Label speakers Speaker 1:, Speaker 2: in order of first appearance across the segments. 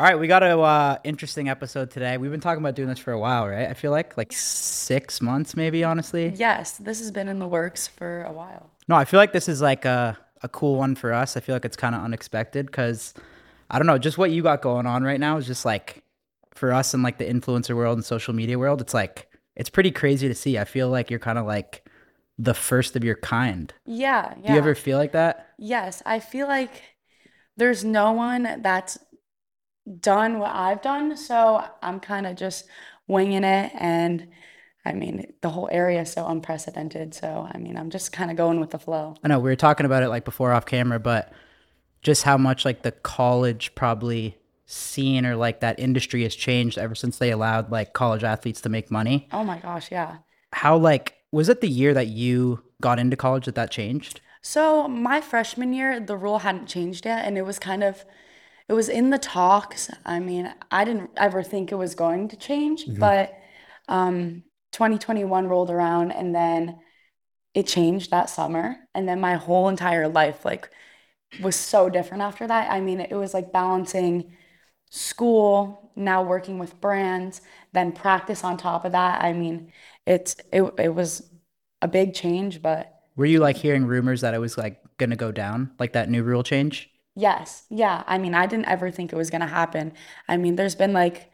Speaker 1: All right, we got a uh, interesting episode today. We've been talking about doing this for a while, right? I feel like like six months, maybe. Honestly,
Speaker 2: Yes, this has been in the works for a while.
Speaker 1: no, I feel like this is like a a cool one for us. I feel like it's kind of unexpected because I don't know, just what you got going on right now is just like for us in like the influencer world and social media world, it's like it's pretty crazy to see. I feel like you're kind of like the first of your kind.
Speaker 2: Yeah,
Speaker 1: Do
Speaker 2: yeah.
Speaker 1: you ever feel like that?
Speaker 2: Yes, I feel like there's no one that's done what I've done, so I'm kind of just winging it. And I mean, the whole area is so unprecedented. So I mean, I'm just kind of going with the flow.
Speaker 1: I know we were talking about it like before off camera, but just how much like the college probably scene or like that industry has changed ever since they allowed like college athletes to make money.
Speaker 2: Oh my gosh, yeah.
Speaker 1: How like was it the year that you got into college that that changed?
Speaker 2: So my freshman year, the rule hadn't changed yet, and it was kind of, it was in the talks. I mean, I didn't ever think it was going to change, but um, 2021 rolled around, and then it changed that summer, and then my whole entire life like was so different after that. I mean, it was like balancing school, now working with brands, then practice on top of that. I mean, it's it it was a big change, but.
Speaker 1: Were you like hearing rumors that it was like gonna go down, like that new rule change?
Speaker 2: Yes. Yeah. I mean, I didn't ever think it was going to happen. I mean, there's been like,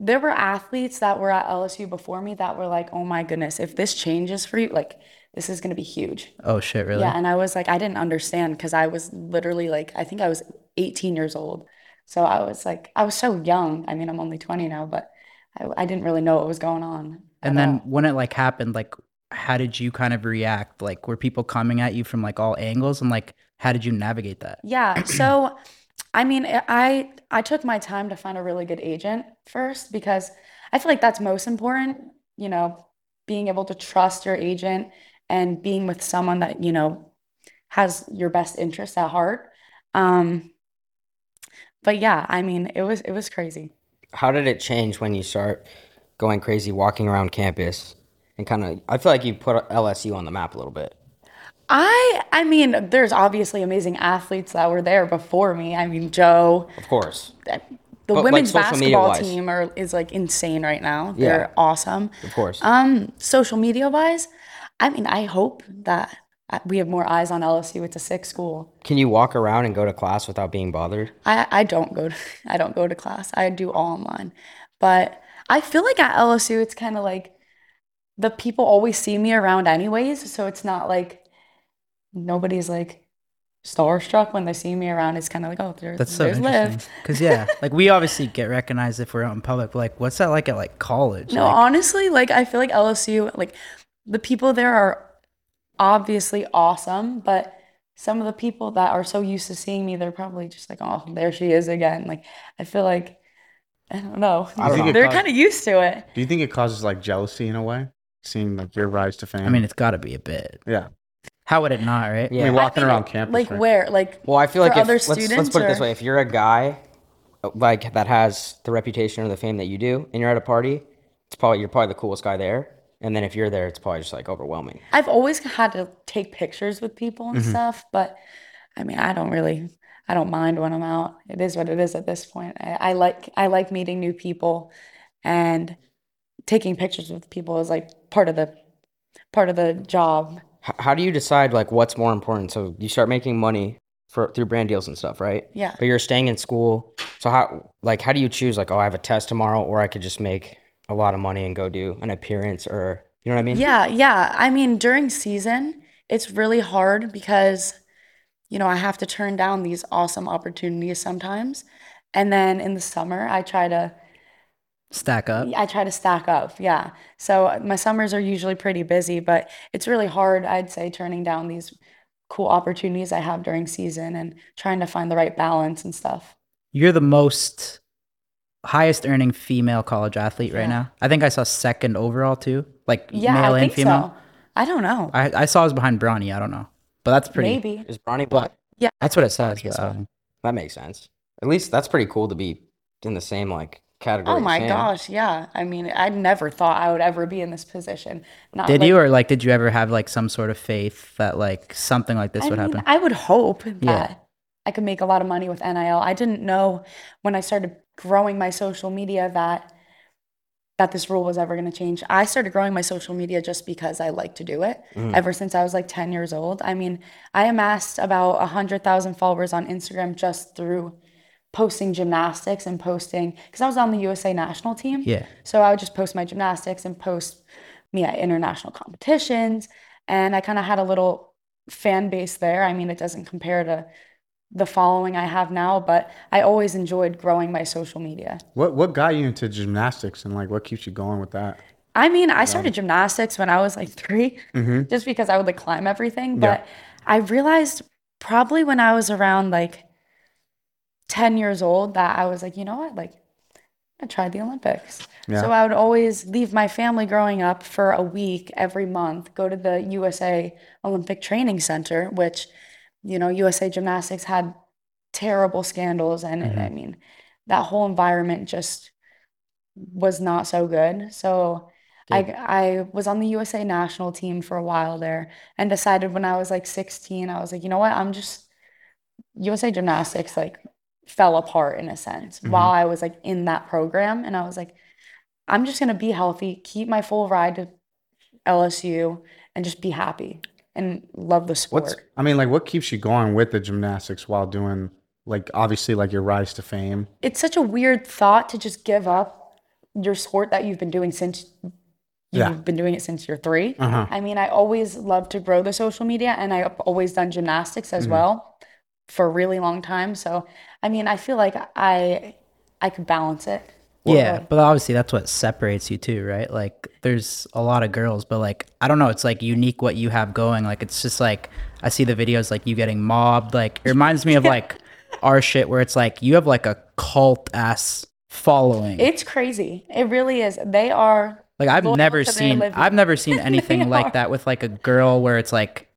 Speaker 2: there were athletes that were at LSU before me that were like, oh my goodness, if this changes for you, like, this is going to be huge.
Speaker 1: Oh shit, really?
Speaker 2: Yeah. And I was like, I didn't understand because I was literally like, I think I was 18 years old. So I was like, I was so young. I mean, I'm only 20 now, but I, I didn't really know what was going on
Speaker 1: And
Speaker 2: at
Speaker 1: then
Speaker 2: all.
Speaker 1: when it like happened, like how did you kind of react? Like were people coming at you from like all angles and like how did you navigate that?
Speaker 2: Yeah, so I mean, I I I took my time to find a really good agent first because I feel like that's most important, you know, being able to trust your agent and being with someone that, you know, has your best interest at heart. Um, but yeah, I mean, it was it was crazy.
Speaker 3: How did it change when you start going crazy, walking around campus, and kind of? I feel like you put LSU on the map a little bit.
Speaker 2: I I mean, there's obviously amazing athletes that were there before me. I mean, Joe,
Speaker 3: Of course,
Speaker 2: the
Speaker 3: like,
Speaker 2: women's
Speaker 3: social media
Speaker 2: basketball
Speaker 3: wise.
Speaker 2: team are is like insane right now.
Speaker 3: Yeah.
Speaker 2: They're awesome.
Speaker 3: of course.
Speaker 2: Um, social media wise, I mean, I hope that uh, we have more eyes on LSU. It's a sick school.
Speaker 3: Can you walk around and go to class without being bothered?
Speaker 2: I I don't go to I don't go to class. I do all online. But I feel like at LSU, it's kind of like the people always see me around anyways, so it's not like nobody's like starstruck when they see me around. It's kind of like, oh, there,
Speaker 1: That's so
Speaker 2: there's Liv.
Speaker 1: interesting. Because yeah, like we obviously get recognized if we're out in public. But like, what's that like at like college?
Speaker 2: No,
Speaker 1: Like,
Speaker 2: honestly, like I feel like LSU, like the people there are obviously awesome, but some of the people that are so used to seeing me, they're probably just like, oh, there she is again. Like I feel like I don't know.
Speaker 4: I
Speaker 3: don't know.
Speaker 2: They're
Speaker 4: Because-
Speaker 2: kind of used to it.
Speaker 4: Do you think it causes like jealousy in a way, seeing like your rise to fame?
Speaker 1: I mean, it's got to be a bit.
Speaker 4: yeah,
Speaker 1: How would it not, right?
Speaker 3: Yeah.
Speaker 4: I mean,
Speaker 2: I
Speaker 4: walking
Speaker 2: think,
Speaker 4: around campus,
Speaker 2: Like
Speaker 4: right?
Speaker 2: where? Like
Speaker 3: Well, I feel
Speaker 2: For
Speaker 3: like if,
Speaker 2: other
Speaker 3: let's, let's
Speaker 2: students,
Speaker 3: put it this
Speaker 2: or-
Speaker 3: way: if you're a guy uh, like that has the reputation or the fame that you do, and you're at a party, it's probably you're probably the coolest guy there. And then if you're there, it's probably just like overwhelming.
Speaker 2: I've always had to take pictures with people
Speaker 3: Mm-hmm.
Speaker 2: and stuff, but I mean, I don't really, I don't mind when I'm out. It is what it is at this point. I, I like, I like meeting new people, and taking pictures with people is like part of the, part of the job.
Speaker 3: H- how do you decide like what's more important? So you start making money for through brand deals and stuff, right?
Speaker 2: Yeah.
Speaker 3: But you're staying in school. So how like how do you choose like oh I have a test tomorrow or I could just make a lot of money and go do an appearance or you know what I mean?
Speaker 2: Yeah, yeah. I mean, during season, it's really hard because, you know, I have to turn down these awesome opportunities sometimes, and then in the summer, I try to.
Speaker 1: Stack up.
Speaker 2: I try to stack up, yeah. So uh, my summers are usually pretty busy, but it's really hard, I'd say, turning down these cool opportunities I have during season and trying to find the right balance and stuff.
Speaker 1: You're the most highest earning female college athlete right
Speaker 2: Yeah.
Speaker 1: now. I think I saw second overall too. Like
Speaker 2: Yeah, I
Speaker 1: male and
Speaker 2: think
Speaker 1: female.
Speaker 2: so. I don't know.
Speaker 1: I, I saw I was behind Bronny. I don't know, but that's pretty.
Speaker 2: Maybe.
Speaker 3: Is Bronny black?
Speaker 1: That's what it says.
Speaker 3: Yes,
Speaker 1: but,
Speaker 3: sir.
Speaker 1: um,
Speaker 3: That makes sense. At least that's pretty cool to be in the same like category.
Speaker 2: Oh
Speaker 3: as
Speaker 2: my
Speaker 3: him.
Speaker 2: gosh, yeah. I mean, I never thought I would ever be in this position. Not
Speaker 1: did
Speaker 2: like-
Speaker 1: you or like did you ever have like some sort of faith that like something like this
Speaker 2: I
Speaker 1: would
Speaker 2: mean,
Speaker 1: happen?
Speaker 2: I would hope that I could make a lot of money with NIL. I didn't know when I started growing my social media that that this rule was ever going to change. I started growing my social media just because I like to do it.
Speaker 1: Hmm.
Speaker 3: Mm.
Speaker 2: Ever since I was like 10 years old, I mean, I amassed about 100,000 followers on Instagram just through posting gymnastics and posting because I was on the USA national team.
Speaker 1: Yeah.
Speaker 2: So I would just post my gymnastics and post me at international competitions. And I kind of had a little fan base there. I mean, it doesn't compare to the following I have now, but I always enjoyed growing my social media.
Speaker 4: What what got you into gymnastics and like what keeps you going with that?
Speaker 2: I mean, I started gymnastics when I was like 3 just because I would like climb everything.
Speaker 4: Yeah.
Speaker 2: But I realized probably when I was around like 10 years old that I was like, you know what? Like, I tried the Olympics. So I would always leave my family growing up for a week every month, go to the USA Olympic Training Center, which, you know, USA Gymnastics had terrible scandals. And I mean, that whole environment just was not so good. So I I was on the USA national team for a while there and decided when I was like 16, I was like, you know what? I'm just USA gymnastics like fell apart in a sense
Speaker 4: Mm-hmm.
Speaker 2: while I was like in that program and I was like I'm just going to be healthy, keep my full ride to LSU and just be happy and love the sport.
Speaker 4: What's I mean, like what keeps you going with the gymnastics while doing like obviously like your rise to fame?
Speaker 2: it's such a weird thought to just give up your sport that you've been doing since
Speaker 4: Yeah.
Speaker 2: you've been doing it since you're 3 I mean, I always love to grow the social media, and I've always done gymnastics
Speaker 1: Mm-hmm.
Speaker 2: as well for a really long time. So, I mean, I feel like I I could balance it.
Speaker 1: Yeah, but obviously that's what separates you too, right? Like there's a lot of girls, but like I don't know, it's like unique what you have going. Like it's just like I see the videos like you getting mobbed. Like it reminds me of like our shit where it's like you have like a cult ass following.
Speaker 2: It's crazy. It really is. They are
Speaker 1: like I've
Speaker 2: loyal
Speaker 1: never
Speaker 2: to their
Speaker 1: seen
Speaker 2: living.
Speaker 1: I've never seen anything
Speaker 2: are.
Speaker 1: like that with like a girl where it's like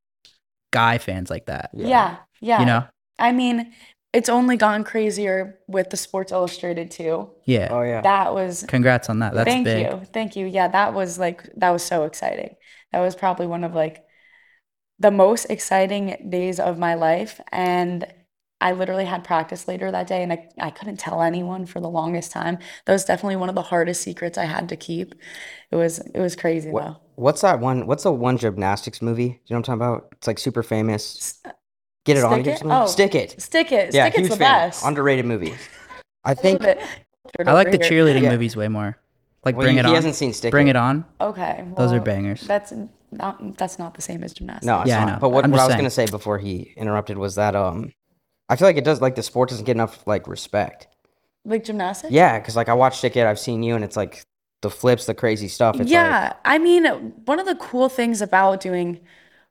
Speaker 1: guy fans like that.
Speaker 2: yeah, yeah.
Speaker 1: You know?
Speaker 2: I mean, it's only gone crazier with the Sports Illustrated too.
Speaker 1: Yeah.
Speaker 3: Oh yeah.
Speaker 2: That was
Speaker 1: Congrats on that. That's
Speaker 2: Thank
Speaker 1: big.
Speaker 2: you. Thank you. Yeah, that was like that was so exciting. That was probably one of like the most exciting days of my life and I literally had practice later that day and I, I couldn't tell anyone for the longest time. That was definitely one of the hardest secrets I had to keep. It was it was crazy though.
Speaker 3: What's that one? What's the one gymnastics movie? Do you know what I'm talking about? It's like super famous. Get it on.
Speaker 2: Stick
Speaker 3: Give
Speaker 2: It?
Speaker 3: something-
Speaker 2: Oh.
Speaker 3: Stick it.
Speaker 2: Stick it.
Speaker 3: Yeah,
Speaker 2: Stick it's
Speaker 3: huge
Speaker 2: the
Speaker 3: fan.
Speaker 2: best.
Speaker 3: Underrated movie. I think.
Speaker 2: Love it.
Speaker 1: I like the
Speaker 2: Over here.
Speaker 1: cheerleading
Speaker 3: Yeah.
Speaker 1: movies way more. Like
Speaker 3: Well,
Speaker 1: bring
Speaker 3: he,
Speaker 1: it
Speaker 3: he
Speaker 1: on.
Speaker 3: hasn't seen Stick
Speaker 1: bring it on.
Speaker 2: Okay.
Speaker 1: Those are
Speaker 2: well,
Speaker 1: bangers.
Speaker 2: That's not that's not the same as gymnastics.
Speaker 3: No, it's
Speaker 1: Yeah, I
Speaker 3: not.
Speaker 1: know.
Speaker 3: But what,
Speaker 1: I'm
Speaker 3: what I
Speaker 1: just
Speaker 3: was
Speaker 1: saying.
Speaker 3: gonna say before he interrupted was that um, I feel like it does like the sport doesn't get enough like respect.
Speaker 2: Like gymnastics?
Speaker 3: Yeah, because like I watched Ticket, I've seen you, and it's like the flips, the crazy stuff. It's
Speaker 2: Yeah, I mean, one of the cool things about doing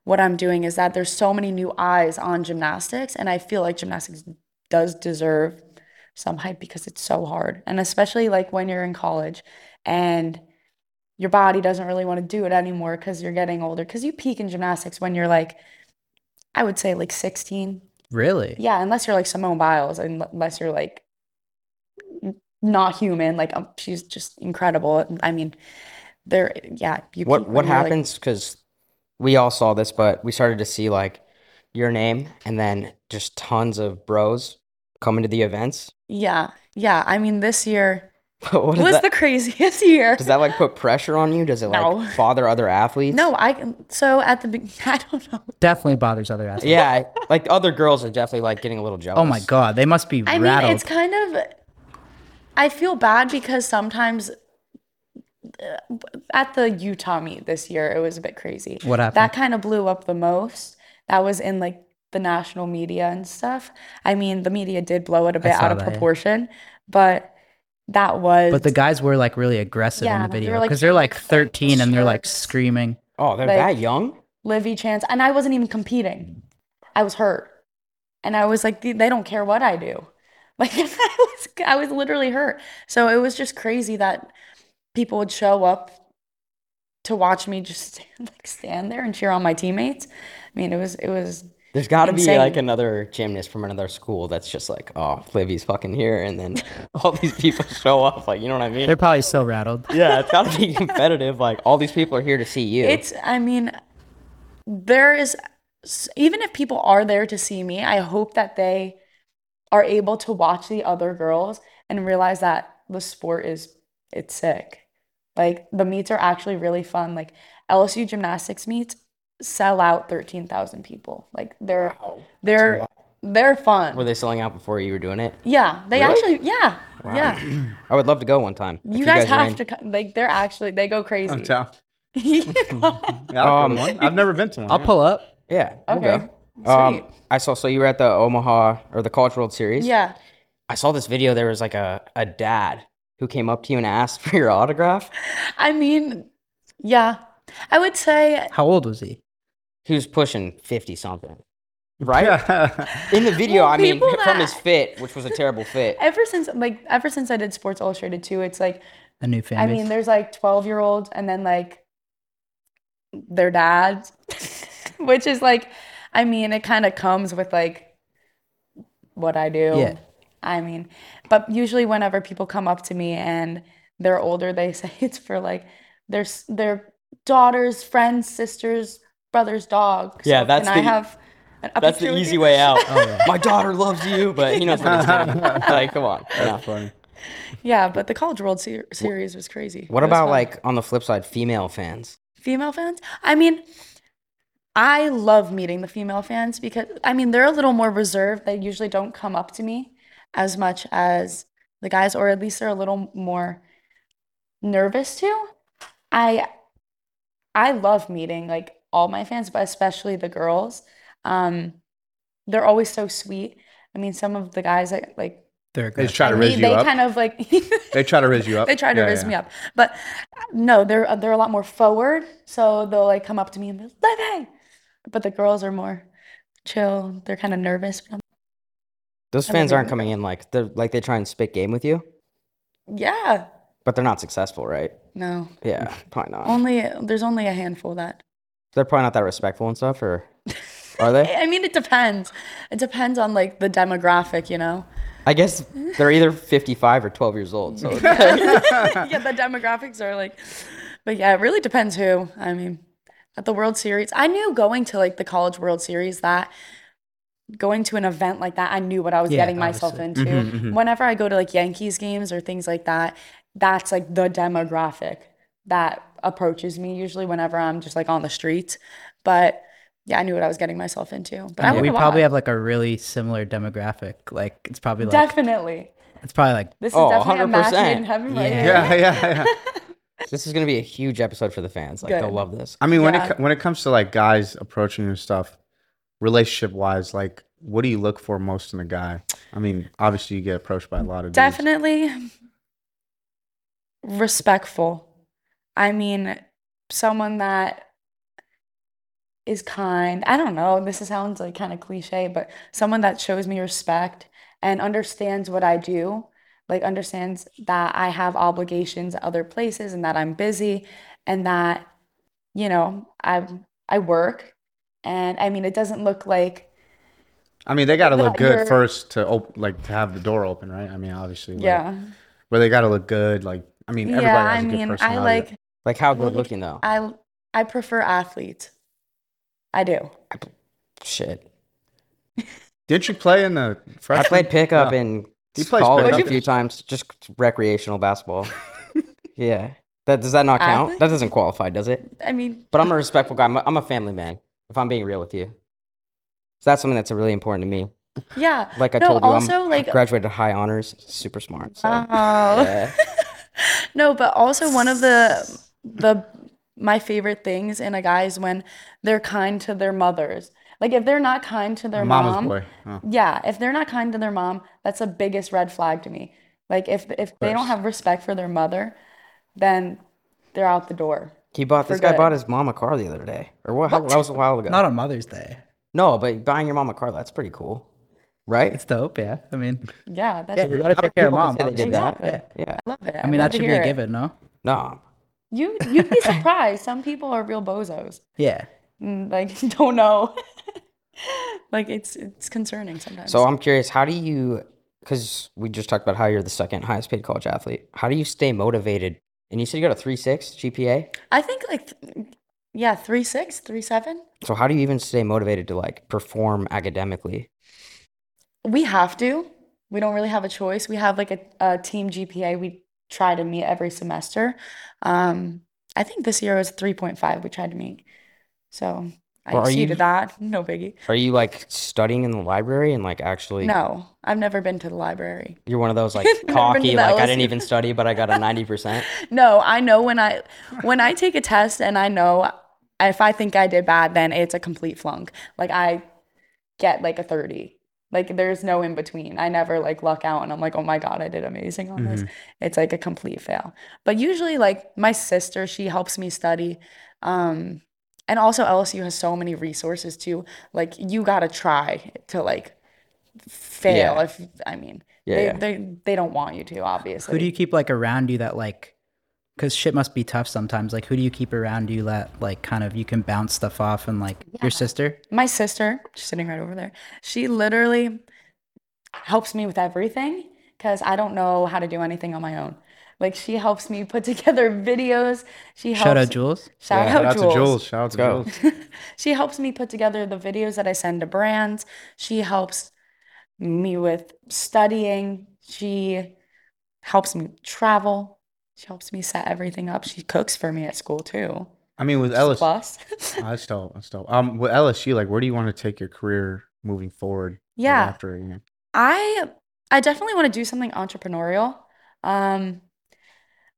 Speaker 2: what I'm doing is that there's so many new eyes on gymnastics, and I feel like gymnastics does deserve some hype because it's so hard, and especially like when you're in college and your body doesn't really want to do it anymore because you're getting older. Because you peak in gymnastics when you're like, I would say like 16.
Speaker 1: Really?
Speaker 2: Yeah, unless you're like Simone Biles, and unless you're like not human, like um, she's just incredible. I mean, there, yeah, you
Speaker 3: like what
Speaker 2: peak
Speaker 3: what
Speaker 2: when you're, like-
Speaker 3: happens because we all saw this, but we started to see like your name and then just tons of bros coming to the events.
Speaker 2: Yeah, yeah. I mean, this year
Speaker 3: what is
Speaker 2: was
Speaker 3: that?
Speaker 2: the craziest year.
Speaker 3: Does that like put pressure on you? Does it like
Speaker 2: No.
Speaker 3: bother other athletes?
Speaker 2: No, I can- so at the be- I don't know.
Speaker 1: Definitely bothers other athletes.
Speaker 3: Yeah, like other girls are definitely like getting a little jealous.
Speaker 1: Oh my god, they must be
Speaker 2: I mean,
Speaker 1: rattled.
Speaker 2: it's kind of, I feel bad because sometimes uh, at the Utah meet this year, it was a bit crazy.
Speaker 1: What happened?
Speaker 2: That kind of blew up the most. That was in like the national media and stuff. I mean, the media did blow it a bit
Speaker 1: saw
Speaker 2: out of
Speaker 1: that, yeah.
Speaker 2: proportion, but that was
Speaker 1: but the guys were like really aggressive in
Speaker 2: Yeah,
Speaker 1: the
Speaker 2: they were,
Speaker 1: video
Speaker 2: like,
Speaker 1: because they're like 13 and they're like
Speaker 2: shirts.
Speaker 1: screaming.
Speaker 3: Oh, they're
Speaker 2: Like-
Speaker 3: that young?
Speaker 2: Livy Chance, and I wasn't even competing. I was hurt, and I was like, they they don't care what I do. Like I was, I was literally hurt. So it was just crazy that people would show up to watch me just stand, like stand there and cheer on my teammates. I mean, it was, it was.
Speaker 3: There's got to be like
Speaker 2: Insane.
Speaker 3: another gymnast from another school that's just like, oh, Livy's fucking here, and then all these people show up. Like, you know what I mean?
Speaker 1: They're probably so rattled.
Speaker 3: yeah, it's got to be competitive. Like, all these people are here to see you.
Speaker 2: It's, I mean, there is, even if people are there to see me, I hope that they are able to watch the other girls and realize that the sport is it's sick. Like the meets are actually really fun. Like LSU gymnastics meets sell out 13,000 people. Like they're they're they're fun.
Speaker 3: Were they selling out before you were doing it?
Speaker 2: yeah, they actually yeah. Yeah.
Speaker 3: I would love to go one time.
Speaker 2: You guys, have to come, like they're actually they go crazy.
Speaker 4: I'm down.
Speaker 2: Yeah.
Speaker 4: Yeah, I'll go
Speaker 2: Um,
Speaker 4: to one. I've never been to one.
Speaker 1: I'll pull up.
Speaker 3: Yeah. we'll
Speaker 2: Okay.
Speaker 3: go. Um,
Speaker 2: Sweet.
Speaker 3: I saw. So you were at the Omaha or the College World Series.
Speaker 2: yeah.
Speaker 3: I saw this video. There was like a, a dad who came up to you and asked for your autograph.
Speaker 2: I mean, yeah. I would say
Speaker 1: How old was he?
Speaker 3: He was pushing fifty something.
Speaker 4: right?
Speaker 3: In the video,
Speaker 2: Well,
Speaker 3: I mean,
Speaker 2: people
Speaker 3: from his
Speaker 2: that-
Speaker 3: fit, which was a terrible fit.
Speaker 2: ever since like ever since I did Sports Illustrated too, it's like
Speaker 1: A new fan
Speaker 2: I
Speaker 1: base.
Speaker 2: mean, there's like 12 year olds and then like their dads, which is like, I mean, it kind of comes with like what I do.
Speaker 1: Yeah.
Speaker 2: I mean, but usually whenever people come up to me and they're older, they say it's for like their s- their daughters, friends, sisters, brothers, dog.
Speaker 3: Yeah,
Speaker 2: So
Speaker 3: that's
Speaker 2: can I
Speaker 3: the-
Speaker 2: have an, a
Speaker 3: That's
Speaker 2: picture
Speaker 3: the
Speaker 2: with
Speaker 3: easy
Speaker 2: you?
Speaker 3: way out. My daughter loves you, but you know, it's not gonna happen. like, come on. you know.
Speaker 4: That's funny.
Speaker 2: Yeah, but the College World Ser- Series was crazy.
Speaker 3: What
Speaker 2: It was
Speaker 3: about
Speaker 2: fun.
Speaker 3: like on the flip side, female fans?
Speaker 2: female fans. I mean, I love meeting the female fans because I mean they're a little more reserved. They usually don't come up to me as much as the guys, or at least they're a little more nervous too. I I love meeting like all my fans, but especially the girls. Um, they're always so sweet. I mean, some of the guys that like
Speaker 1: They're
Speaker 4: They
Speaker 1: aggressive.
Speaker 4: try to
Speaker 2: I
Speaker 4: raise
Speaker 2: meet,
Speaker 4: you
Speaker 2: they
Speaker 4: up.
Speaker 2: kind of like
Speaker 4: They try to raise you up.
Speaker 2: they try to
Speaker 4: Oh, Yeah,
Speaker 2: raise
Speaker 4: yeah.
Speaker 2: me up, but uh, no, they're they're a lot more forward. So they'll like come up to me and be like, "Live, hey!" But the girls are more chill. They're kind of nervous. But
Speaker 3: Those
Speaker 2: I love
Speaker 3: fans
Speaker 2: you.
Speaker 3: aren't coming in like they're like they try and spit game with you,
Speaker 2: I'm, yeah,
Speaker 3: but they're not successful, right?
Speaker 2: no,
Speaker 3: Yeah,
Speaker 2: Mm.
Speaker 3: probably not.
Speaker 2: only there's only a handful that.
Speaker 3: They're probably not that respectful and stuff, or are they?
Speaker 2: I mean, it depends. It depends on like the demographic, you know.
Speaker 3: I guess they're either 55 or 12 years old. So
Speaker 2: yeah, the demographics are like, but yeah, it really depends who. I mean, at the World Series, I knew going to like the College World Series that going to an event like that, I knew what I was
Speaker 1: Yeah, Mm-hmm,
Speaker 2: getting myself into. Whenever I go to like Yankees games or things like that, that's like the demographic that approaches me usually whenever I'm just like on the streets. But yeah, I knew what I was getting myself into. But I
Speaker 1: Yeah, we
Speaker 2: wonder
Speaker 1: probably
Speaker 2: why.
Speaker 1: have like a really similar demographic. Like it's probably like
Speaker 2: definitely.
Speaker 1: it's probably like
Speaker 2: This is
Speaker 3: Oh,
Speaker 2: definitely a match made
Speaker 3: 100%.
Speaker 2: in heaven right
Speaker 1: Yeah.
Speaker 2: here.
Speaker 4: Yeah, yeah, yeah.
Speaker 3: this is gonna be a huge episode for the fans. Like they'll
Speaker 2: Good.
Speaker 3: love this.
Speaker 4: I mean, when
Speaker 2: Yeah.
Speaker 4: it co- when it comes to like guys approaching you and stuff, relationship wise, like what do you look for most in a guy? I mean, obviously you get approached by a lot of dudes.
Speaker 2: Definitely respectful. I mean, someone that is kind. I don't know. This sounds like kind of cliche, but someone that shows me respect and understands what I do, like understands that I have obligations at other places and that I'm busy and that, you know, I I work. And I mean, it doesn't look like
Speaker 4: I mean, they got to look
Speaker 2: That
Speaker 4: good
Speaker 2: you're-
Speaker 4: first to op- like to have the door open, right? I mean, obviously, like,
Speaker 2: yeah.
Speaker 4: But they got to look good. Like, I mean, everybody
Speaker 2: Yeah,
Speaker 4: has
Speaker 2: I
Speaker 4: a good
Speaker 2: mean, I
Speaker 4: personality.
Speaker 2: like
Speaker 3: Like how good looking though?
Speaker 2: I I prefer athletes. I do.
Speaker 3: Shit.
Speaker 4: Didn't you play in the
Speaker 3: I
Speaker 4: freshman?
Speaker 3: played pickup in
Speaker 4: He plays
Speaker 3: college a
Speaker 4: pickup.
Speaker 3: few times, just recreational basketball. yeah. That, does that not count?
Speaker 2: Athlete?
Speaker 3: That doesn't qualify, does it?
Speaker 2: I mean,
Speaker 3: But I'm a respectful guy. I'm a, I'm a family man, if I'm being real with you. So that's something that's really important to me.
Speaker 2: yeah.
Speaker 3: Like I
Speaker 2: no,
Speaker 3: told you,
Speaker 2: also
Speaker 3: I'm I
Speaker 2: like
Speaker 3: graduated high honors, super smart. So
Speaker 2: wow.
Speaker 3: yeah.
Speaker 2: No, but also one of the the my favorite things in a guy is when they're kind to their mothers. Like if they're not kind to their
Speaker 4: Mama's
Speaker 2: mom,
Speaker 4: boy. Oh.
Speaker 2: yeah, if they're not kind to their mom, that's the biggest red flag to me. Like if if they don't have respect for their mother, then they're out the door.
Speaker 3: he bought this guy
Speaker 2: Forget it.
Speaker 3: bought his mom a car the other day, or what? How, that was a while ago.
Speaker 1: not on Mother's Day.
Speaker 3: no, but buying your mom a car that's pretty cool, right?
Speaker 1: It's dope. Yeah. I mean,
Speaker 2: Yeah, that's
Speaker 1: yeah, you gotta take care of mom.
Speaker 3: Say they did that.
Speaker 2: Exactly.
Speaker 3: Yeah.
Speaker 2: I love it.
Speaker 1: I mean, that should be a given, no?
Speaker 3: No,
Speaker 2: You you'd be surprised. Some people are real bozos.
Speaker 1: Yeah.
Speaker 2: and, Mm, Like don't know. like it's it's concerning sometimes.
Speaker 3: So I'm curious, how do you, because we just talked about how you're the second highest paid college athlete, how do you stay motivated? And you said you got a 3.6 GPA.
Speaker 2: I think like th- yeah, three six, three seven.
Speaker 3: So how do you even stay motivated to like perform academically?
Speaker 2: We have to. we don't really have a choice. We have like a, a team GPA we try to meet every semester. Um, I think this year was 3.5 we tried to meet. So I
Speaker 3: Well, are you-
Speaker 2: exceeded that. No biggie.
Speaker 3: Are you like studying in the library and like actually?
Speaker 2: No, I've never been to the library.
Speaker 3: You're one of those like
Speaker 2: I've never been to
Speaker 3: cocky,
Speaker 2: that
Speaker 3: like I
Speaker 2: LSU.
Speaker 3: didn't even study, but I got a ninety percent.
Speaker 2: No, I know when I when I take a test and I know if I think I did bad, then it's a complete flunk. Like I get like a 30. Like there's no in between. I never like luck out and I'm like, "Oh my God, I did amazing on
Speaker 3: Mm-hmm.
Speaker 2: this." It's like a complete fail. But usually like my sister, she helps me study. Um and also LSU has so many resources too. Like you got to try to like fail
Speaker 3: Yeah.
Speaker 2: if I mean,
Speaker 3: Yeah,
Speaker 2: they
Speaker 3: yeah.
Speaker 2: they they don't want you to, obviously.
Speaker 1: Who do you keep like around you that like, because shit must be tough sometimes. Like, who do you keep around you that like kind of you can bounce stuff off and like your sister?
Speaker 2: my sister, she's sitting right over there, she literally helps me with everything because I don't know how to do anything on my own. Like she helps me put together videos. She helps
Speaker 1: Shout out Jules.
Speaker 2: Shout
Speaker 3: Yeah,
Speaker 2: out
Speaker 4: Shout out to
Speaker 2: Jules.
Speaker 4: Jules. Shout out to
Speaker 3: go.
Speaker 4: Jules.
Speaker 2: She helps me put together the videos that I send to brands. She helps me with studying. She helps me travel. She helps me set everything up. She cooks for me at school too.
Speaker 4: I mean, with Ellis, oh,
Speaker 2: Plus,
Speaker 4: that's dope. That's dope. Um, with LSU, like, where do you want to take your career moving forward? like,
Speaker 2: Yeah.
Speaker 4: after you know?
Speaker 2: I I definitely want to do something entrepreneurial. Um,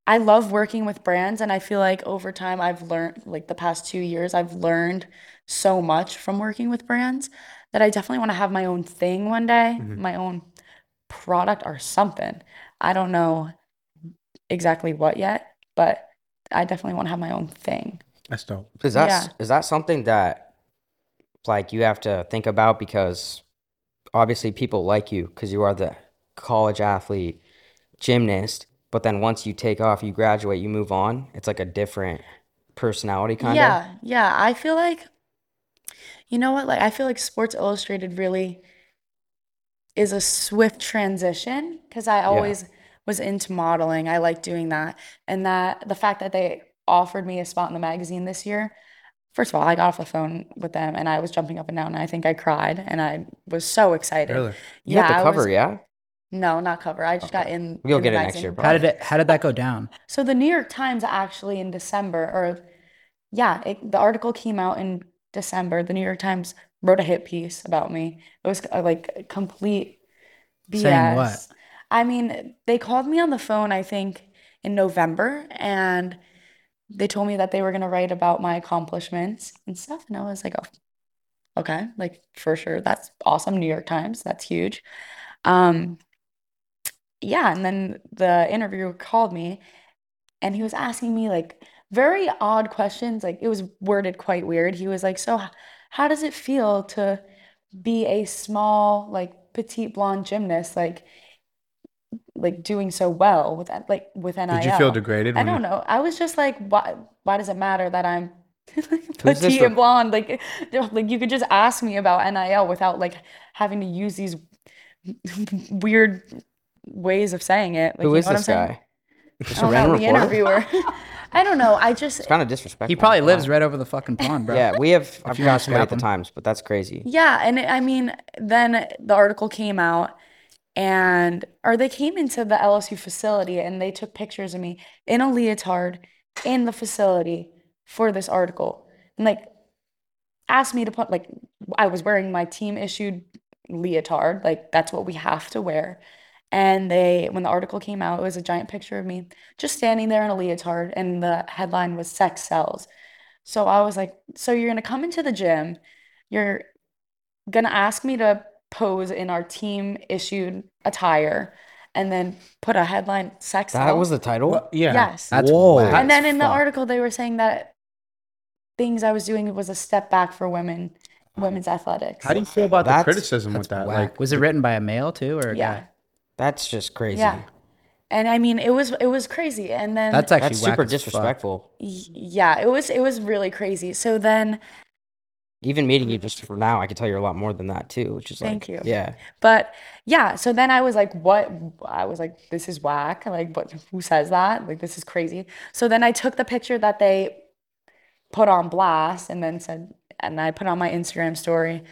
Speaker 2: I love working with brands, and I feel like over time I've learned, like the past two years, I've learned so much from working with brands that I definitely want to have my own thing one day,
Speaker 4: Mhm.
Speaker 2: my own product or something. I don't know exactly what yet, but I definitely want to have my own thing.
Speaker 4: that's dope.
Speaker 3: Is that
Speaker 2: Yeah.
Speaker 3: is that something that like you have to think about because obviously people like you because you are the college athlete, gymnast, but then once you take off, you graduate, you move on. It's like a different personality kind of.
Speaker 2: Yeah, yeah. I feel like, you know what? Like, I feel like Sports Illustrated really is a swift transition because I always was into modeling. I like doing that. And that the fact that they offered me a spot in the magazine this year, first of all, I got off the phone with them and I was jumping up and down and I think I cried and I was so excited.
Speaker 4: Really?
Speaker 3: You
Speaker 2: Yeah,
Speaker 3: have to
Speaker 2: I
Speaker 3: cover,
Speaker 2: was,
Speaker 3: yeah?
Speaker 2: no, not cover. I just got in
Speaker 3: We'll
Speaker 2: in the
Speaker 3: get it next
Speaker 2: magazine.
Speaker 3: year,
Speaker 1: How did it? How did that go down?
Speaker 2: So the New York Times actually in December, or yeah, it, the article came out in December. The New York Times wrote a hit piece about me. It was uh, like a complete
Speaker 1: Saying what?
Speaker 2: BS. I mean, they called me on the phone, I think, in November, and they told me that they were gonna write about my accomplishments and stuff. And I was like, oh, okay, like for sure. That's awesome. New York Times, that's huge. Um, yeah, and then the interviewer called me and he was asking me like very odd questions. Like it was worded quite weird. He was like, So, h- how does it feel to be a small, like petite blonde gymnast, like like doing so well with like with
Speaker 4: Did you feel
Speaker 2: NIL?
Speaker 4: degraded?
Speaker 2: I
Speaker 4: when you-
Speaker 2: don't know. I was just like, why why does it matter that I'm
Speaker 3: this
Speaker 2: petite
Speaker 3: rep-
Speaker 2: and blonde? Like like you could just ask me about NIL without like having to use these weird ways of saying it. Like,
Speaker 3: Who
Speaker 2: you
Speaker 3: is
Speaker 2: know what
Speaker 3: this
Speaker 2: I'm saying?
Speaker 3: guy?
Speaker 2: I don't know, the interviewer. I don't know. I just
Speaker 3: It's kind of disrespectful.
Speaker 1: He probably
Speaker 3: Wow.
Speaker 1: lives right over the fucking pond, bro.
Speaker 3: Yeah, we have. I've
Speaker 1: you wanna
Speaker 3: got somebody at
Speaker 1: scrap
Speaker 3: the
Speaker 1: 'em.
Speaker 3: times, but that's crazy.
Speaker 2: Yeah, and it, I mean, then the article came out and or they came into the LSU facility and they took pictures of me in a leotard in the facility for this article. And like asked me to put like I was wearing my team issued leotard, like that's what we have to wear. And they when the article came out, it was a giant picture of me just standing there in a leotard and the headline was sex sells. So I was like, so you're gonna come into the gym, you're gonna ask me to pose in our team issued attire and then put a headline sex
Speaker 3: That
Speaker 2: sells."
Speaker 3: was the title.
Speaker 4: Well, yeah.
Speaker 2: Yes.
Speaker 1: That's
Speaker 3: Whoa.
Speaker 1: whack.
Speaker 2: And then in the
Speaker 1: fuck.
Speaker 2: article they were saying that things I was doing was a step back for women women's athletics.
Speaker 4: How do you feel about the
Speaker 3: That's-
Speaker 4: criticism with that?
Speaker 1: Whack.
Speaker 4: Like,
Speaker 1: was it written by a male too, or a
Speaker 2: Yeah.
Speaker 1: guy?
Speaker 3: That's just crazy.
Speaker 2: Yeah. And I mean it was it was crazy. And then
Speaker 1: That's actually
Speaker 3: That's
Speaker 1: whack
Speaker 3: super
Speaker 1: as fuck.
Speaker 3: disrespectful.
Speaker 2: y- yeah, it was it was really crazy. So then
Speaker 3: Even meeting you just for now, I could tell you a lot more than that too, which is
Speaker 2: Thank
Speaker 3: like,
Speaker 2: you.
Speaker 3: yeah,
Speaker 2: But yeah, so then I was like, what? I was like, this is whack. Like, what, who says that? Like, this is crazy. So then I took the picture that they put on blast and then said, and I put on my Instagram story.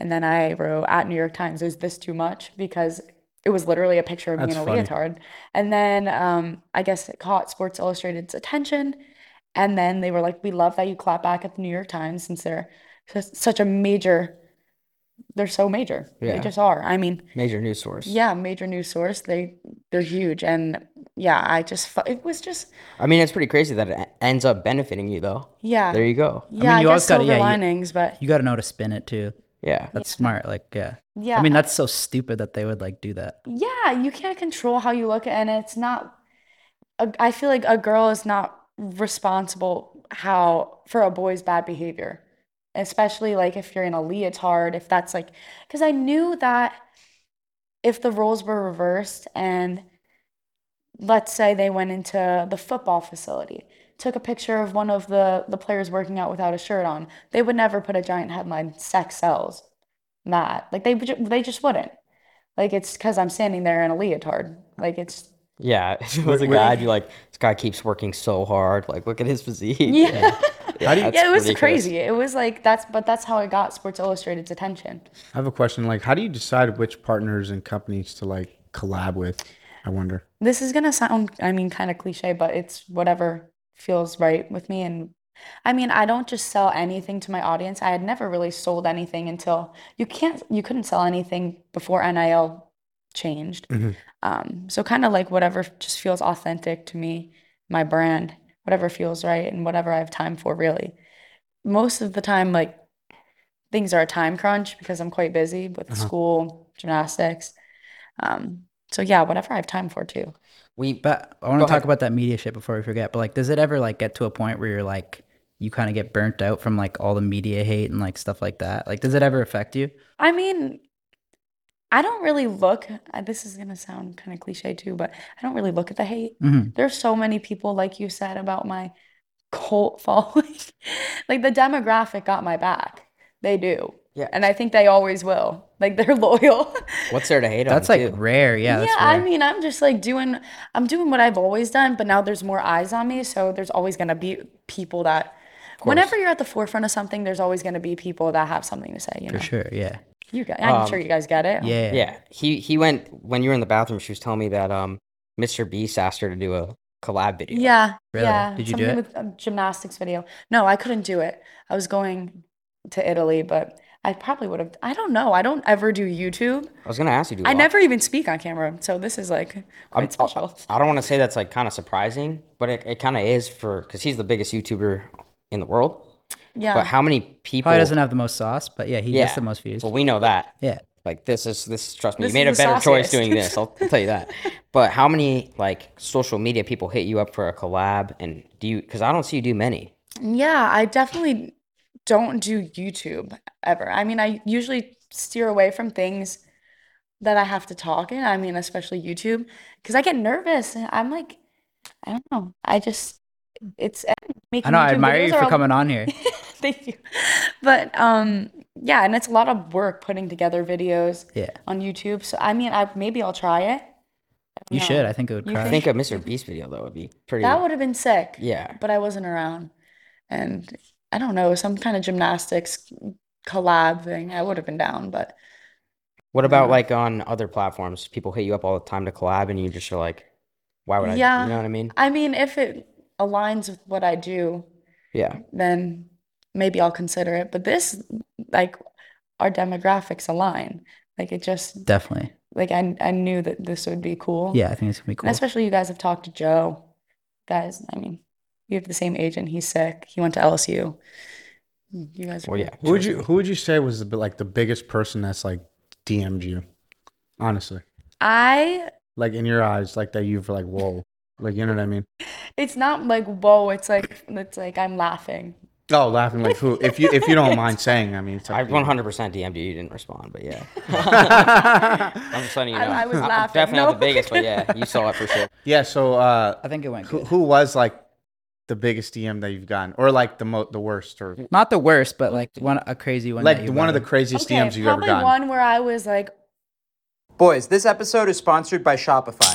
Speaker 2: And then I wrote at New York Times, is this too much? Because it was literally a picture of me
Speaker 4: That's
Speaker 2: in a
Speaker 4: funny.
Speaker 2: leotard. And then um, I guess it caught Sports Illustrated's attention. And then they were like, "We love that you clap back at the New York Times since they're su- such a major. They're so major. They
Speaker 3: Yeah.
Speaker 2: just are. I mean,
Speaker 3: Major news source.
Speaker 2: yeah, major news source. They they're huge. And yeah, I just fe- it was just
Speaker 3: I mean, it's pretty crazy that it e-, ends up benefiting you though.
Speaker 2: yeah
Speaker 3: There you go.
Speaker 2: yeah. I
Speaker 1: you always
Speaker 2: guess
Speaker 1: gotta-
Speaker 2: silver
Speaker 1: yeah, you-
Speaker 2: linings, but
Speaker 1: You got to know to spin it too.
Speaker 3: Yeah.
Speaker 1: That's smart. Like, yeah.
Speaker 2: yeah,
Speaker 1: I mean, that's so stupid that they would like do that.
Speaker 2: yeah, you can't control how you look, and it's not. a- I feel like a girl is not responsible how for a boy's bad behavior, especially like if you're in a leotard, if that's like, because I knew that if the roles were reversed and let's say they went into the football facility, took a picture of one of the the players working out without a shirt on, they would never put a giant headline "Sex sells." Matt, like they would ju- they just wouldn't. Like it's because I'm standing there in a leotard. Like it's
Speaker 3: Yeah. If it was a
Speaker 4: We're-
Speaker 3: guy, I'd be like, this guy keeps working so hard. Like, look at his physique.
Speaker 2: yeah,
Speaker 3: Yeah, that's
Speaker 2: yeah. It was
Speaker 3: ridiculous.
Speaker 2: crazy. It was like that's but that's how it got Sports Illustrated's attention.
Speaker 4: I have a question. Like, how do you decide which partners and companies to like collab with? I wonder.
Speaker 2: This is gonna sound, I mean, kind of cliche, but it's whatever feels right with me. And I mean, I don't just sell anything to my audience. I had never really sold anything until you can't, you couldn't sell anything before NIL changed.
Speaker 4: Mhm.
Speaker 2: Um, so kind of like whatever just feels authentic to me, my brand, whatever feels right, and whatever I have time for, really. Most of the time, like things are a time crunch because I'm quite busy with school, gymnastics. Um, so yeah, whatever I have time for too.
Speaker 3: We,
Speaker 1: But I want to
Speaker 3: Go
Speaker 1: talk
Speaker 3: ahead.
Speaker 1: about that media shit before we forget. But like, does it ever like get to a point where you're like, you kind of get burnt out from like all the media hate and like stuff like that? Like, does it ever affect you?
Speaker 2: I mean, I don't really look, uh, this is gonna sound kind of cliche too, but I don't really look at the hate.
Speaker 1: Mhm.
Speaker 2: There's so many people, like you said, about my cult following. Like the demographic got my back. They do.
Speaker 3: Yeah.
Speaker 2: And I think they always will. Like they're loyal.
Speaker 3: what's there to hate
Speaker 1: That's
Speaker 3: on?
Speaker 1: like
Speaker 3: too?
Speaker 1: rare. Yeah. That's
Speaker 2: Yeah, I
Speaker 1: rare.
Speaker 2: mean, I'm just like doing, I'm doing what I've always done, but now there's more eyes on me, so there's always gonna be people that, whenever you're at the forefront of something, there's always gonna be people that have something to say, you know.
Speaker 1: For sure. Yeah.
Speaker 2: You guys, I'm
Speaker 3: Um,
Speaker 2: sure you guys get it.
Speaker 1: Yeah.
Speaker 3: Yeah. He, he went, when you were in the bathroom, she was telling me that um, Mr. Beast asked her to do a collab video.
Speaker 2: Yeah,
Speaker 1: Really?
Speaker 2: yeah.
Speaker 1: Did you do
Speaker 2: Something
Speaker 1: it?
Speaker 2: with a gymnastics video. No, I couldn't do it. I was going to Italy, but I probably would have. I don't know. I don't ever do YouTube.
Speaker 3: I was going to ask you to do
Speaker 2: I
Speaker 3: a-
Speaker 2: never even speak on camera, so this is like quite
Speaker 1: uh,
Speaker 3: I-
Speaker 2: special.
Speaker 3: I don't want to say that's like kind of surprising, but it, it kind of is for because he's the biggest YouTuber in the world.
Speaker 2: Yeah.
Speaker 3: But how many people?
Speaker 1: Probably doesn't have the most sauce, but yeah, he
Speaker 3: Yeah.
Speaker 1: gets the most views.
Speaker 3: Well, we know that.
Speaker 1: yeah.
Speaker 3: Like this is this. Trust me,
Speaker 2: This
Speaker 3: you made a
Speaker 2: is the
Speaker 3: better choice
Speaker 2: sauciest.
Speaker 3: doing this. I'll tell you that. But how many like social media people hit you up for a collab? And do you? Because I don't see you do many.
Speaker 2: Yeah, I definitely don't do YouTube ever. I mean, I usually steer away from things that I have to talk in. I mean, especially YouTube, because I get nervous and I'm like, I don't know. I just, it's
Speaker 1: I
Speaker 2: making
Speaker 1: know. I
Speaker 2: YouTube
Speaker 1: admire you
Speaker 2: videos are
Speaker 1: for
Speaker 2: a-
Speaker 1: coming on here.
Speaker 2: Thank you. But um, yeah, and it's a lot of work putting together videos
Speaker 1: Yeah.
Speaker 2: on YouTube. So I mean, I maybe I'll try it.
Speaker 1: You
Speaker 2: No.
Speaker 1: should. I think it would
Speaker 2: You
Speaker 1: crush.
Speaker 3: I think a Mr. Beast video though would be pretty.
Speaker 2: That would have been sick.
Speaker 3: Yeah.
Speaker 2: But I wasn't around, and I don't know some kind of gymnastics collab thing. I would have been down, but
Speaker 3: What about like on other platforms? People hit you up all the time to collab, and you just are like, why would I?
Speaker 2: Yeah.
Speaker 3: You know what I mean?
Speaker 2: I mean, if it aligns with what I do,
Speaker 3: Yeah.
Speaker 2: then maybe I'll consider it. But this, like, our demographics align. Like it just
Speaker 1: Definitely.
Speaker 2: like I I knew that this would be cool.
Speaker 1: Yeah. I think it's gonna be cool.
Speaker 2: And especially you guys have talked to Joe. Guys, I mean, you have the same agent. He's sick. He went to LSU. You guys are
Speaker 3: Well, yeah.
Speaker 4: Who would you Who would you say was the, bi- like the biggest person that's like DM'd you? Honestly,
Speaker 2: I
Speaker 4: like in your eyes, like that you've like whoa, like you know what I mean?
Speaker 2: it's not like whoa, it's like it's like I'm laughing.
Speaker 4: Oh, laughing like who? If you if you don't mind saying, I mean, it's
Speaker 3: I
Speaker 4: up to you.
Speaker 3: 100% DM'd you. You didn't respond, but yeah. I'm just letting you
Speaker 2: I-
Speaker 3: know.
Speaker 2: I was
Speaker 3: I'm
Speaker 2: laughing.
Speaker 3: Definitely not
Speaker 2: No.
Speaker 3: the biggest, but yeah, you saw it for sure.
Speaker 4: yeah. So uh,
Speaker 1: I think it went
Speaker 4: who
Speaker 1: good.
Speaker 4: who was like the biggest DM that you've gotten, or like the mo- the worst, or
Speaker 1: Not the worst, but like one a crazy one. that
Speaker 4: like
Speaker 1: you
Speaker 4: one of the
Speaker 1: wanted.
Speaker 4: craziest
Speaker 2: Okay,
Speaker 4: DMs you've ever
Speaker 2: probably
Speaker 4: gotten?
Speaker 2: one where I was like,
Speaker 5: Boys, this episode is sponsored by Shopify.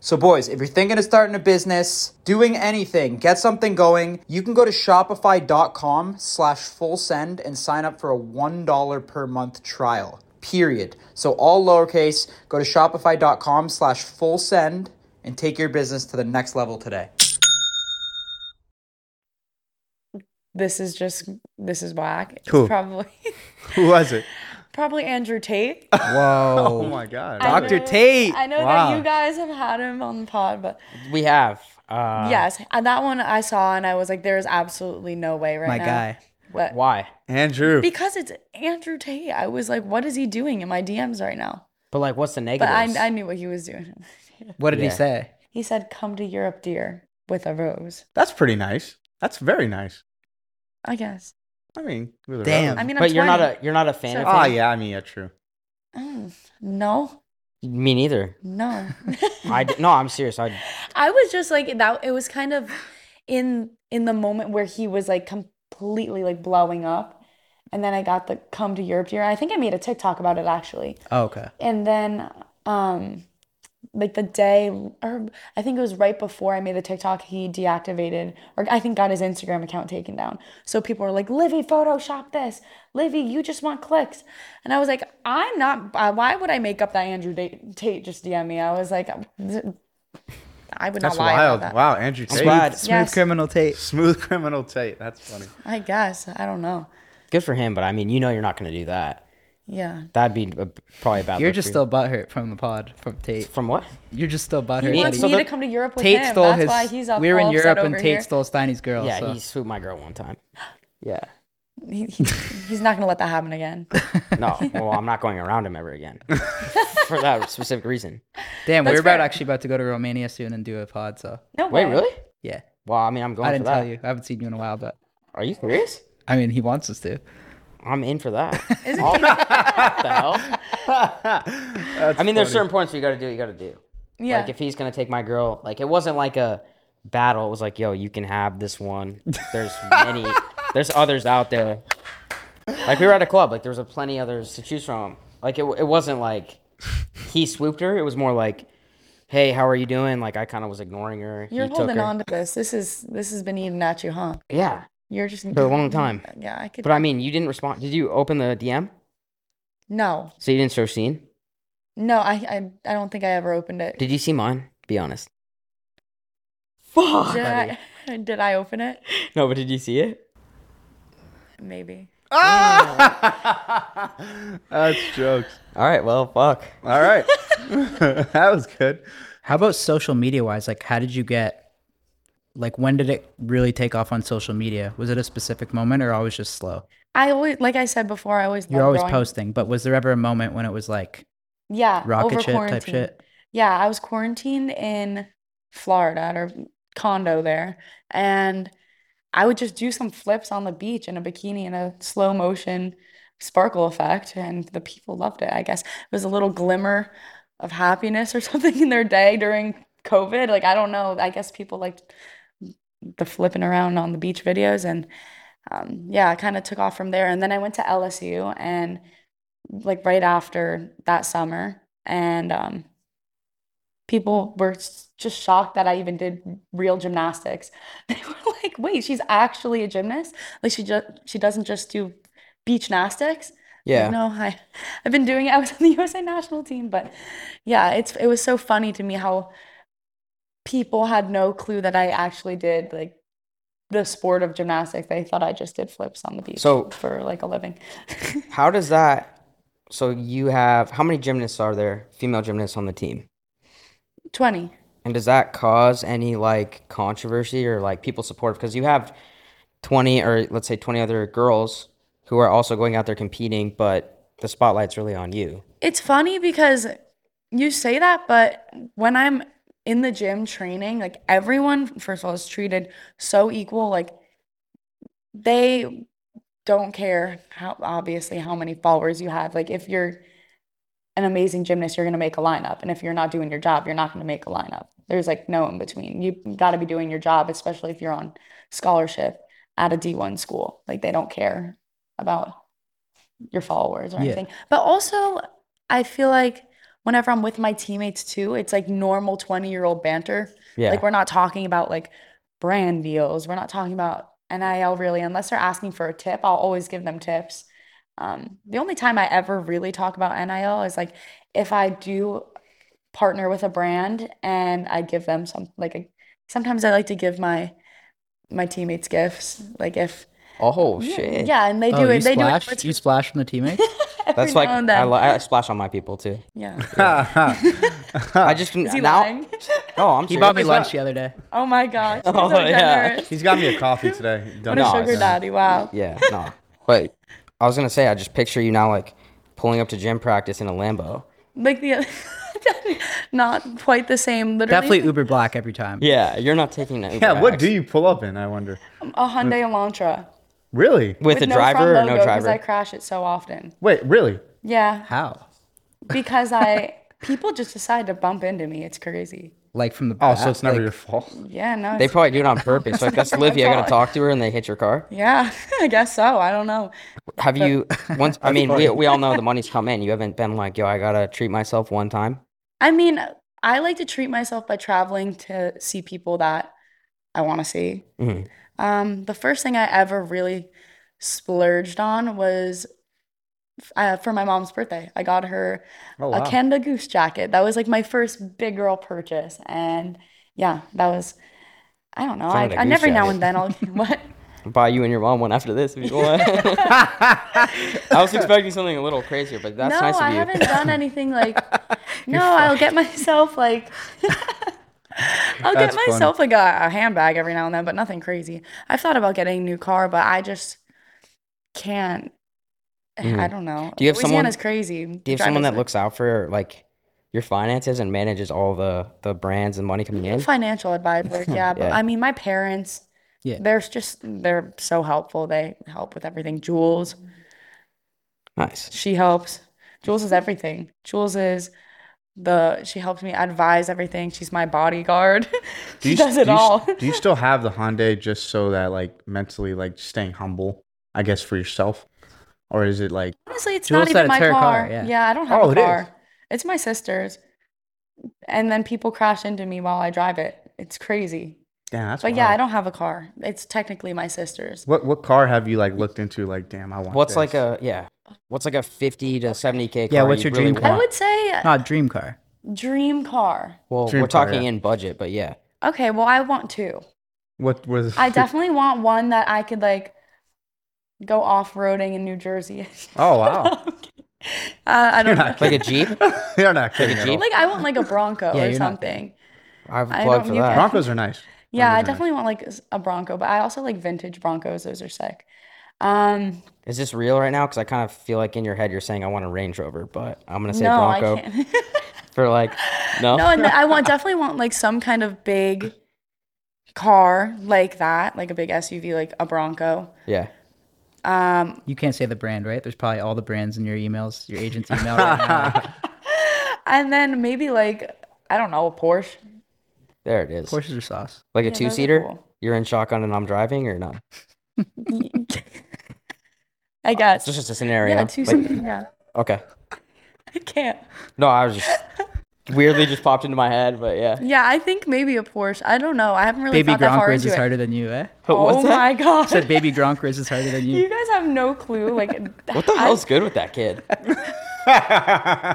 Speaker 5: So, boys, if you're thinking of starting a business, doing anything, get something going, you can go to shopify.com slash full send and sign up for a $1 per month trial, period. So, all lowercase, go to shopify.com slash full send and take your business to the next level today.
Speaker 2: This is just this is whack. It's
Speaker 4: Who?
Speaker 2: probably
Speaker 4: Who was it?
Speaker 2: probably Andrew Tate.
Speaker 4: Oh,
Speaker 3: Whoa.
Speaker 4: my god.
Speaker 2: I
Speaker 3: Dr.
Speaker 2: know-
Speaker 3: Tate.
Speaker 2: I know that
Speaker 4: Wow.
Speaker 2: you guys have had him on the pod, but
Speaker 3: we have. Uh,
Speaker 2: yes, and that one I saw and I was like, there is absolutely no way right
Speaker 1: My
Speaker 2: now.
Speaker 1: guy.
Speaker 2: What?
Speaker 3: Why?
Speaker 4: Andrew.
Speaker 2: Because it's Andrew Tate. I was like, what is he doing in my DMs right now?
Speaker 3: But like, what's the
Speaker 2: But
Speaker 3: negative?
Speaker 2: I, I knew what he was doing.
Speaker 1: What did he
Speaker 3: Yeah.
Speaker 1: say?
Speaker 2: He said, come to Europe, dear, with a rose.
Speaker 4: That's pretty nice. That's very nice.
Speaker 2: I guess.
Speaker 4: I mean, with a
Speaker 1: Damn.
Speaker 2: I mean, I'm
Speaker 3: but you're
Speaker 2: 20.
Speaker 3: not a you're not a fan
Speaker 2: So-
Speaker 3: of
Speaker 4: Oh
Speaker 3: him.
Speaker 4: yeah, I mean, yeah, true.
Speaker 2: Mm, no,
Speaker 3: Me neither.
Speaker 2: no.
Speaker 3: I d- no, I'm serious. I
Speaker 2: I was just like that. It was kind of in in the moment where he was like completely like blowing up, and then I got the come to Europe dear. I think I made a TikTok about it actually,
Speaker 1: Oh, okay.
Speaker 2: and then um like the day or I think it was right before I made the TikTok, he deactivated or I think got his Instagram account taken down. So people were like, "Livy, Photoshop this. Livy, you just want clicks." And I was like, "I'm not. uh, Why would I make up that Andrew Da- Tate just DM me?" I was like, "Um, "I would
Speaker 4: That's
Speaker 2: not lie about
Speaker 4: wild.
Speaker 2: that."
Speaker 4: Wow, Andrew Tate.
Speaker 3: glad-
Speaker 1: Smooth
Speaker 2: Yes.
Speaker 1: criminal tape.
Speaker 4: Smooth criminal Tate. That's funny.
Speaker 2: I guess I don't know.
Speaker 3: good for him, but I mean, you know, you're not going to do that.
Speaker 2: Yeah,
Speaker 3: That'd be a, probably about.
Speaker 1: You're just still butthurt from the pod from Tate.
Speaker 3: from what?
Speaker 1: You're just still butthurt.
Speaker 2: he
Speaker 1: that
Speaker 2: wants
Speaker 1: he-
Speaker 3: so
Speaker 2: me
Speaker 3: the-
Speaker 2: to come to Europe with
Speaker 1: Tate
Speaker 2: him.
Speaker 1: stole
Speaker 2: That's
Speaker 1: his.
Speaker 2: why he's up.
Speaker 1: we were
Speaker 2: all
Speaker 1: in
Speaker 2: upset
Speaker 1: Europe
Speaker 2: over
Speaker 1: and Tate
Speaker 2: here.
Speaker 1: stole Steiny's girl.
Speaker 3: Yeah,
Speaker 1: so.
Speaker 3: he swooped my girl one time. Yeah.
Speaker 2: He, he, he's not gonna let that happen again.
Speaker 3: No. well, I'm not going around him ever again for that specific reason.
Speaker 1: Damn, we
Speaker 2: That's
Speaker 1: were about
Speaker 2: fair.
Speaker 1: actually about to go to Romania soon and do a pod. So
Speaker 2: No
Speaker 3: Wait,
Speaker 2: way.
Speaker 3: really?
Speaker 1: yeah,
Speaker 3: Well, I mean, I'm going
Speaker 1: I
Speaker 3: for
Speaker 1: didn't
Speaker 3: that.
Speaker 1: tell you. I haven't seen you in a while, but
Speaker 3: Are you serious?
Speaker 1: I mean, he wants us to.
Speaker 3: I'm in for that.
Speaker 2: Isn't
Speaker 3: Oh, what the hell? I mean, there's certain points where you got to do. What you got to do.
Speaker 2: Yeah.
Speaker 3: Like if he's gonna take my girl, like it wasn't like a battle. It was like, yo, you can have this one. There's many. there's others out there. Like we were at a club. Like there was a plenty others to choose from. Like it, it wasn't like he swooped her. It was more like, hey, how are you doing? Like I kind of was ignoring her.
Speaker 2: You're
Speaker 3: he took
Speaker 2: holding
Speaker 3: her.
Speaker 2: on to this. This is this has been eating at you, huh?
Speaker 3: Yeah,
Speaker 2: You're just
Speaker 3: for a long time.
Speaker 2: Yeah, I could.
Speaker 3: But I mean, you didn't respond. Did you open the DM?
Speaker 2: no,
Speaker 3: So you didn't show scene?
Speaker 2: no, I, I, I don't think I ever opened it.
Speaker 3: Did you see mine? Be honest. Fuck.
Speaker 2: Did I? Did I open it?
Speaker 3: No, but did you see it?
Speaker 2: Maybe.
Speaker 4: That's jokes.
Speaker 3: All right. Well, fuck.
Speaker 4: All right. that was good.
Speaker 1: How about social media wise? Like, how did you get? Like, when did it really take off on social media? Was it a specific moment or always just slow?
Speaker 2: I always, like I said before, I always.
Speaker 1: You're
Speaker 2: loved
Speaker 1: always
Speaker 2: growing-
Speaker 1: posting, but was there ever a moment when it was like
Speaker 2: Yeah,
Speaker 1: rocket
Speaker 2: over
Speaker 1: ship type
Speaker 2: quarantine.
Speaker 1: shit?
Speaker 2: Yeah, I was quarantined in Florida at our condo there, and I would just do some flips on the beach in a bikini in a slow motion sparkle effect, and the people loved it. I guess it was a little glimmer of happiness or something in their day during COVID. Like, I don't know. I guess people liked the flipping around on the beach videos, and um, yeah, I kind of took off from there. And then I went to LSU, and like right after that summer, and um, people were s- just shocked that I even did real gymnastics. They were like, "Wait, she's actually a gymnast? Like she just she doesn't just do beach gymnastics?"
Speaker 3: Yeah.
Speaker 2: No, I I've been doing it. I was on the USA national team, but yeah, it's it was so funny to me how people had no clue that I actually did like the sport of gymnastics. They thought I just did flips on the beach
Speaker 3: So-
Speaker 2: for like a living.
Speaker 3: How does that? So you have how many gymnasts are there? Female gymnasts on the team,
Speaker 2: 20.
Speaker 3: and does that cause any like controversy or like people support? Because you have twenty or let's say twenty other girls who are also going out there competing, but the spotlight's really on you.
Speaker 2: It's funny because you say that, but when I'm in the gym training, like everyone, first of all, is treated so equal. Like they don't care how obviously how many followers you have. Like if you're an amazing gymnast, you're gonna make a lineup, and if you're not doing your job, you're not gonna make a lineup. There's like no in between. You gotta be doing your job, especially if you're on scholarship at a D1 school. Like they don't care about your followers or
Speaker 1: Yeah.
Speaker 2: anything. But also, I feel like whenever I'm with my teammates too, it's like normal 20 year old banter.
Speaker 3: Yeah.
Speaker 2: Like we're not talking about like brand deals. We're not talking about NIL really, unless they're asking for a tip. I'll always give them tips. Um, the only time I ever really talk about NIL is like if I do partner with a brand and I give them some like a, sometimes I like to give my my teammates gifts. Like if
Speaker 3: oh
Speaker 2: yeah,
Speaker 3: shit!
Speaker 2: yeah, and they do
Speaker 1: oh, you
Speaker 2: it. They do it.
Speaker 1: splash?
Speaker 2: for
Speaker 1: you
Speaker 2: two-
Speaker 1: splash from the teammates?
Speaker 2: every
Speaker 3: That's like
Speaker 2: now and
Speaker 3: I,
Speaker 2: then.
Speaker 3: li- I splash on my people too.
Speaker 2: yeah.
Speaker 3: I just
Speaker 2: Is he
Speaker 3: now.
Speaker 2: lying?
Speaker 3: No, I'm
Speaker 1: he bought me
Speaker 3: serious.
Speaker 1: lunch the other day.
Speaker 2: Oh my gosh. you're
Speaker 3: Oh,
Speaker 2: so
Speaker 3: yeah.
Speaker 2: generous.
Speaker 4: He's got me a coffee today.
Speaker 2: What a
Speaker 3: No,
Speaker 2: sugar
Speaker 3: it's-
Speaker 2: daddy. Wow.
Speaker 3: Yeah, no. But I was gonna say, I just picture you now like pulling up to gym practice in a Lambo.
Speaker 2: Like the not quite the same. Literally
Speaker 1: Definitely Uber Black every time.
Speaker 3: Yeah, you're not taking that.
Speaker 4: Yeah, what do you pull up in? I wonder.
Speaker 2: a Hyundai Elantra.
Speaker 4: Really?
Speaker 3: Mm. with, a
Speaker 2: no
Speaker 3: driver
Speaker 2: front
Speaker 3: or
Speaker 2: logo
Speaker 3: no
Speaker 2: because
Speaker 3: driver?
Speaker 2: I crash it so often.
Speaker 4: Wait, really?
Speaker 2: Yeah,
Speaker 1: How?
Speaker 2: because I people just decide to bump into me. It's crazy.
Speaker 1: Like from the
Speaker 4: Oh,
Speaker 1: back?
Speaker 4: so it's never
Speaker 1: Like,
Speaker 4: your fault.
Speaker 2: Yeah, no.
Speaker 3: They
Speaker 2: it's-
Speaker 3: probably do it on purpose. Like that's Livy. I gotta talk to her, and they hit your car.
Speaker 2: yeah, I guess so. I don't know.
Speaker 3: Have you once? I mean, we, we all know the money's come in. You haven't been like, yo, I gotta treat myself one time.
Speaker 2: I mean, I like to treat myself by traveling to see people that I want to see.
Speaker 3: Mhm.
Speaker 2: Um, the first thing I ever really splurged on was f- uh, for my mom's birthday. I got her
Speaker 4: Oh,
Speaker 2: a
Speaker 4: wow.
Speaker 2: Canada Goose jacket. That was like my first big girl purchase, and yeah, that was. I don't know. I,
Speaker 3: Canada
Speaker 2: I
Speaker 3: Goose
Speaker 2: every now
Speaker 3: jacket.
Speaker 2: and then I'll what?
Speaker 3: I'll buy you and your mom one after this if you want. I was expecting something a little crazier, but that's
Speaker 2: No,
Speaker 3: nice of
Speaker 2: I
Speaker 3: you.
Speaker 2: haven't done anything like. no, I'll get myself like. I'll get
Speaker 4: That's funny.
Speaker 2: myself like a, a handbag every now and then, but nothing crazy. I've thought about getting a new car, but I just can't. eh, I don't know.
Speaker 3: Mm. Do you have someone-
Speaker 2: Louisiana's crazy.
Speaker 3: Do you have someone that looks out for like your finances and manages all the the brands and money coming in?
Speaker 2: financial advisor? Yeah, but
Speaker 3: Yeah.
Speaker 2: I mean, my parents.
Speaker 1: Yeah.
Speaker 2: They're just they're so helpful. They help with everything. Jules,
Speaker 3: Nice.
Speaker 2: she helps. Jules is everything. Jules is the she helps me advise everything. She's my bodyguard. she
Speaker 4: you-
Speaker 2: does it
Speaker 4: do you,
Speaker 2: all.
Speaker 4: Do you still have the Hyundai just so that like mentally like staying humble, I guess for yourself, or is it like
Speaker 2: Honestly, it's
Speaker 1: Jules
Speaker 2: not
Speaker 1: said
Speaker 2: even
Speaker 1: it's
Speaker 2: my
Speaker 1: her car,
Speaker 2: car.
Speaker 1: yeah.
Speaker 2: I don't have
Speaker 4: Oh,
Speaker 2: a
Speaker 4: it is.
Speaker 2: car. It's my sister's. And then people crash into me while I drive it. It's crazy.
Speaker 4: damn? That's
Speaker 2: But yeah,
Speaker 4: wild.
Speaker 2: I don't have a car. It's technically my sister's.
Speaker 4: What what car have you like looked into? Like damn, I want.
Speaker 3: What's
Speaker 4: this.
Speaker 3: like a yeah? What's like a fifty to seventy k?
Speaker 1: Yeah, what's your dream
Speaker 2: I
Speaker 1: car?
Speaker 2: would say
Speaker 1: Not dream car.
Speaker 2: dream car.
Speaker 3: Well,
Speaker 4: Dream
Speaker 3: we're
Speaker 4: car, yeah.
Speaker 3: talking in budget, but yeah,
Speaker 2: Okay, well, I want two.
Speaker 4: what was?
Speaker 2: I definitely want one that I could like go off-roading in New Jersey.
Speaker 4: Oh wow,
Speaker 2: Uh, I don't know.
Speaker 3: like a jeep.
Speaker 4: you're not kidding. at all.
Speaker 3: Jeep?
Speaker 2: Like I want like a Bronco
Speaker 1: Oh. Yeah,
Speaker 2: or
Speaker 1: you're not
Speaker 2: something.
Speaker 3: I have a
Speaker 2: I
Speaker 3: plug
Speaker 2: don't-
Speaker 3: for
Speaker 2: you
Speaker 3: that.
Speaker 2: can-
Speaker 4: Broncos are nice.
Speaker 2: Yeah, I
Speaker 4: Broncos are nice.
Speaker 2: definitely want like s- a Bronco, but I also like vintage Broncos. Those are sick. Um,
Speaker 3: Is this real right now? Because I kind of feel like in your head you're saying I want a Range Rover, but I'm gonna say
Speaker 2: no, I
Speaker 3: Bronco
Speaker 2: can't.
Speaker 3: for like no.
Speaker 2: No, and I want definitely want like some kind of big car like that, like a big SUV, like a Bronco. Um,
Speaker 3: Yeah,
Speaker 1: You can't say the brand, right? There's probably all the brands in your emails, your agent's email right now.
Speaker 2: And then maybe like I don't know, a Porsche.
Speaker 3: there it is.
Speaker 1: Horses or sauce?
Speaker 3: Like a
Speaker 2: those are
Speaker 3: two seater.
Speaker 2: cool.
Speaker 3: You're in shotgun and I'm driving, or not?
Speaker 1: Oh,
Speaker 2: I guess.
Speaker 3: It's just a scenario.
Speaker 2: yeah, two
Speaker 3: Like-
Speaker 2: seater. Yeah.
Speaker 3: okay.
Speaker 2: I can't.
Speaker 3: No, I was just weirdly just popped into my head, but yeah.
Speaker 2: Yeah, I think maybe a Porsche. I don't know. I haven't really
Speaker 1: Baby
Speaker 2: thought that
Speaker 1: Gronk
Speaker 2: far
Speaker 1: raises
Speaker 2: into it.
Speaker 1: harder than you, eh?
Speaker 3: But what's
Speaker 2: oh
Speaker 3: that?
Speaker 2: my god.
Speaker 1: Said baby Gronk raises harder than you.
Speaker 2: you guys have no clue. Like
Speaker 3: What the hell's good with that kid?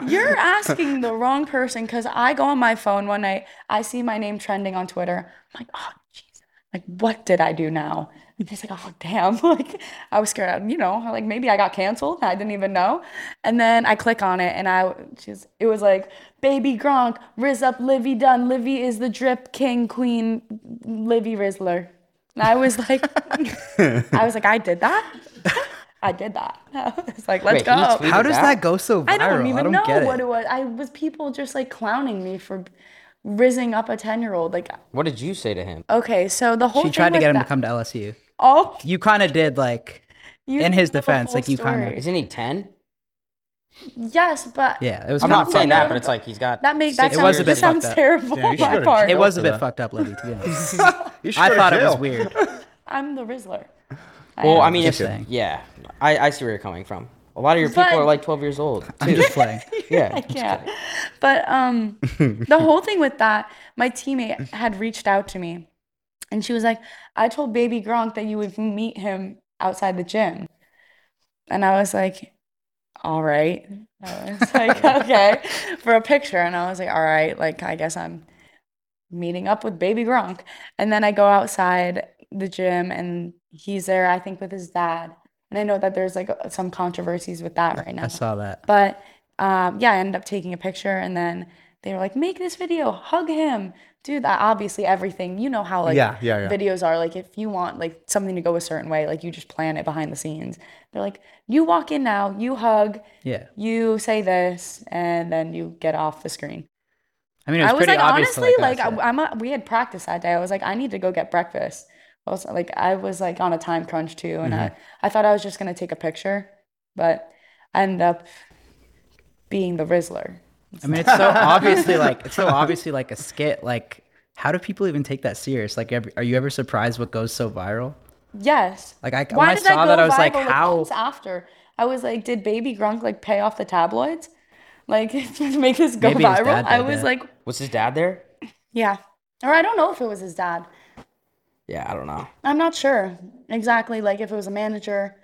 Speaker 2: You're asking the wrong person because I go on my phone one night, I see my name trending on Twitter. I'm like, oh, jeez. Like, what did I do now? And it's like, oh, damn. Like, I was scared. You know, like maybe I got canceled. I didn't even know. And then I click on it and I, she's, it was like, Baby Gronk, Riz up, Livy Dunn. Livy is the drip king, queen, Livy Rizzler. And I was like, I was like, I did that. I did that. It's like, let's
Speaker 3: Wait, can you
Speaker 2: go.
Speaker 3: tweet
Speaker 1: How
Speaker 3: Is
Speaker 1: does
Speaker 3: that-
Speaker 1: that go so viral?
Speaker 2: I don't even know
Speaker 1: get
Speaker 2: what
Speaker 1: it.
Speaker 2: it was. I was people just like clowning me for rizzing up a ten year old. Like,
Speaker 3: What did you say to him?
Speaker 2: okay, so the whole
Speaker 1: She
Speaker 2: thing
Speaker 1: tried to
Speaker 2: with
Speaker 1: get him
Speaker 2: that,
Speaker 1: to come to LSU.
Speaker 2: Oh,
Speaker 1: You kind of did, like,
Speaker 2: you
Speaker 1: In
Speaker 2: didn't
Speaker 1: his
Speaker 2: know the
Speaker 1: defense,
Speaker 2: full
Speaker 1: like, you kinda-
Speaker 2: story.
Speaker 3: Isn't he 10?
Speaker 2: yes, but
Speaker 1: yeah, it was.
Speaker 3: I'm
Speaker 1: kinda
Speaker 3: not
Speaker 1: fucked
Speaker 3: saying that,
Speaker 1: up.
Speaker 3: but it's like he's got.
Speaker 2: that makes that
Speaker 3: six
Speaker 1: It was
Speaker 2: sounds,
Speaker 1: a
Speaker 3: years
Speaker 1: bit
Speaker 2: that sounds
Speaker 1: fucked up.
Speaker 2: terrible
Speaker 4: Yeah, you
Speaker 2: on
Speaker 4: should go
Speaker 2: my
Speaker 4: to
Speaker 2: part.
Speaker 4: jail.
Speaker 1: It was a
Speaker 4: for
Speaker 1: bit
Speaker 4: that.
Speaker 1: fucked up, Libby. To be honest,
Speaker 4: You should
Speaker 1: I
Speaker 4: go to
Speaker 1: thought it was
Speaker 4: jail.
Speaker 1: weird.
Speaker 2: I'm the Rizzler. I
Speaker 3: Well,
Speaker 2: am.
Speaker 3: I mean,
Speaker 1: Just
Speaker 3: if,
Speaker 1: saying.
Speaker 3: yeah, I, I see where you're coming from. A lot of your people
Speaker 2: But-
Speaker 3: are like 12 years old.
Speaker 1: I'm just playing.
Speaker 3: Yeah.
Speaker 2: I can't. But um, the whole thing with that, my teammate had reached out to me, and she was like, "I told Baby Gronk that you would meet him outside the gym," and I was like, "All right." I was like, "Okay," for a picture, and I was like, "All right." Like, I guess I'm meeting up with Baby Gronk, and then I go outside the gym, and he's there, I think, with his dad. And I know that there's like some controversies with that right now.
Speaker 1: I saw that.
Speaker 2: But um, yeah, I ended up taking a picture, and then they were like, "Make this video, hug him, do that." Obviously, everything you know how like
Speaker 4: Yeah, yeah, yeah.
Speaker 2: videos are like if you want like something to go a certain way, like you just plan it behind the scenes. They're like, "You walk in now, you hug,
Speaker 1: Yeah,
Speaker 2: you say this, and then you get off the screen."
Speaker 1: I mean, it was
Speaker 2: I was
Speaker 1: pretty
Speaker 2: like,
Speaker 1: obvious. to,
Speaker 2: honestly, like
Speaker 1: us
Speaker 2: I,
Speaker 1: that-
Speaker 2: I'm a, we had practice that day. I was like, I need to go get breakfast. Also, like I was like on a time crunch too, and I
Speaker 1: Mm-hmm.
Speaker 2: I thought I was just gonna take a picture, but I ended up being the Rizzler.
Speaker 1: I mean, it's so obviously like it's so obviously like a skit. Like, how do people even take that serious? Like, ev- are you ever surprised what goes so viral?
Speaker 2: Yes.
Speaker 1: Like, I, when
Speaker 2: Why
Speaker 1: I
Speaker 2: did
Speaker 1: saw
Speaker 2: that go
Speaker 1: that, I was
Speaker 2: viral
Speaker 1: like,
Speaker 2: like,
Speaker 1: how?
Speaker 2: months after? I was like, did Baby Grunk like pay off the tabloids, like to make this go
Speaker 1: Maybe his
Speaker 2: viral?
Speaker 1: dad
Speaker 2: I
Speaker 1: did,
Speaker 2: was
Speaker 1: yeah.
Speaker 2: like,
Speaker 3: Was his dad there?
Speaker 2: yeah, or I don't know if it was his dad.
Speaker 3: Yeah, I don't know.
Speaker 2: I'm not sure exactly, like if it was a manager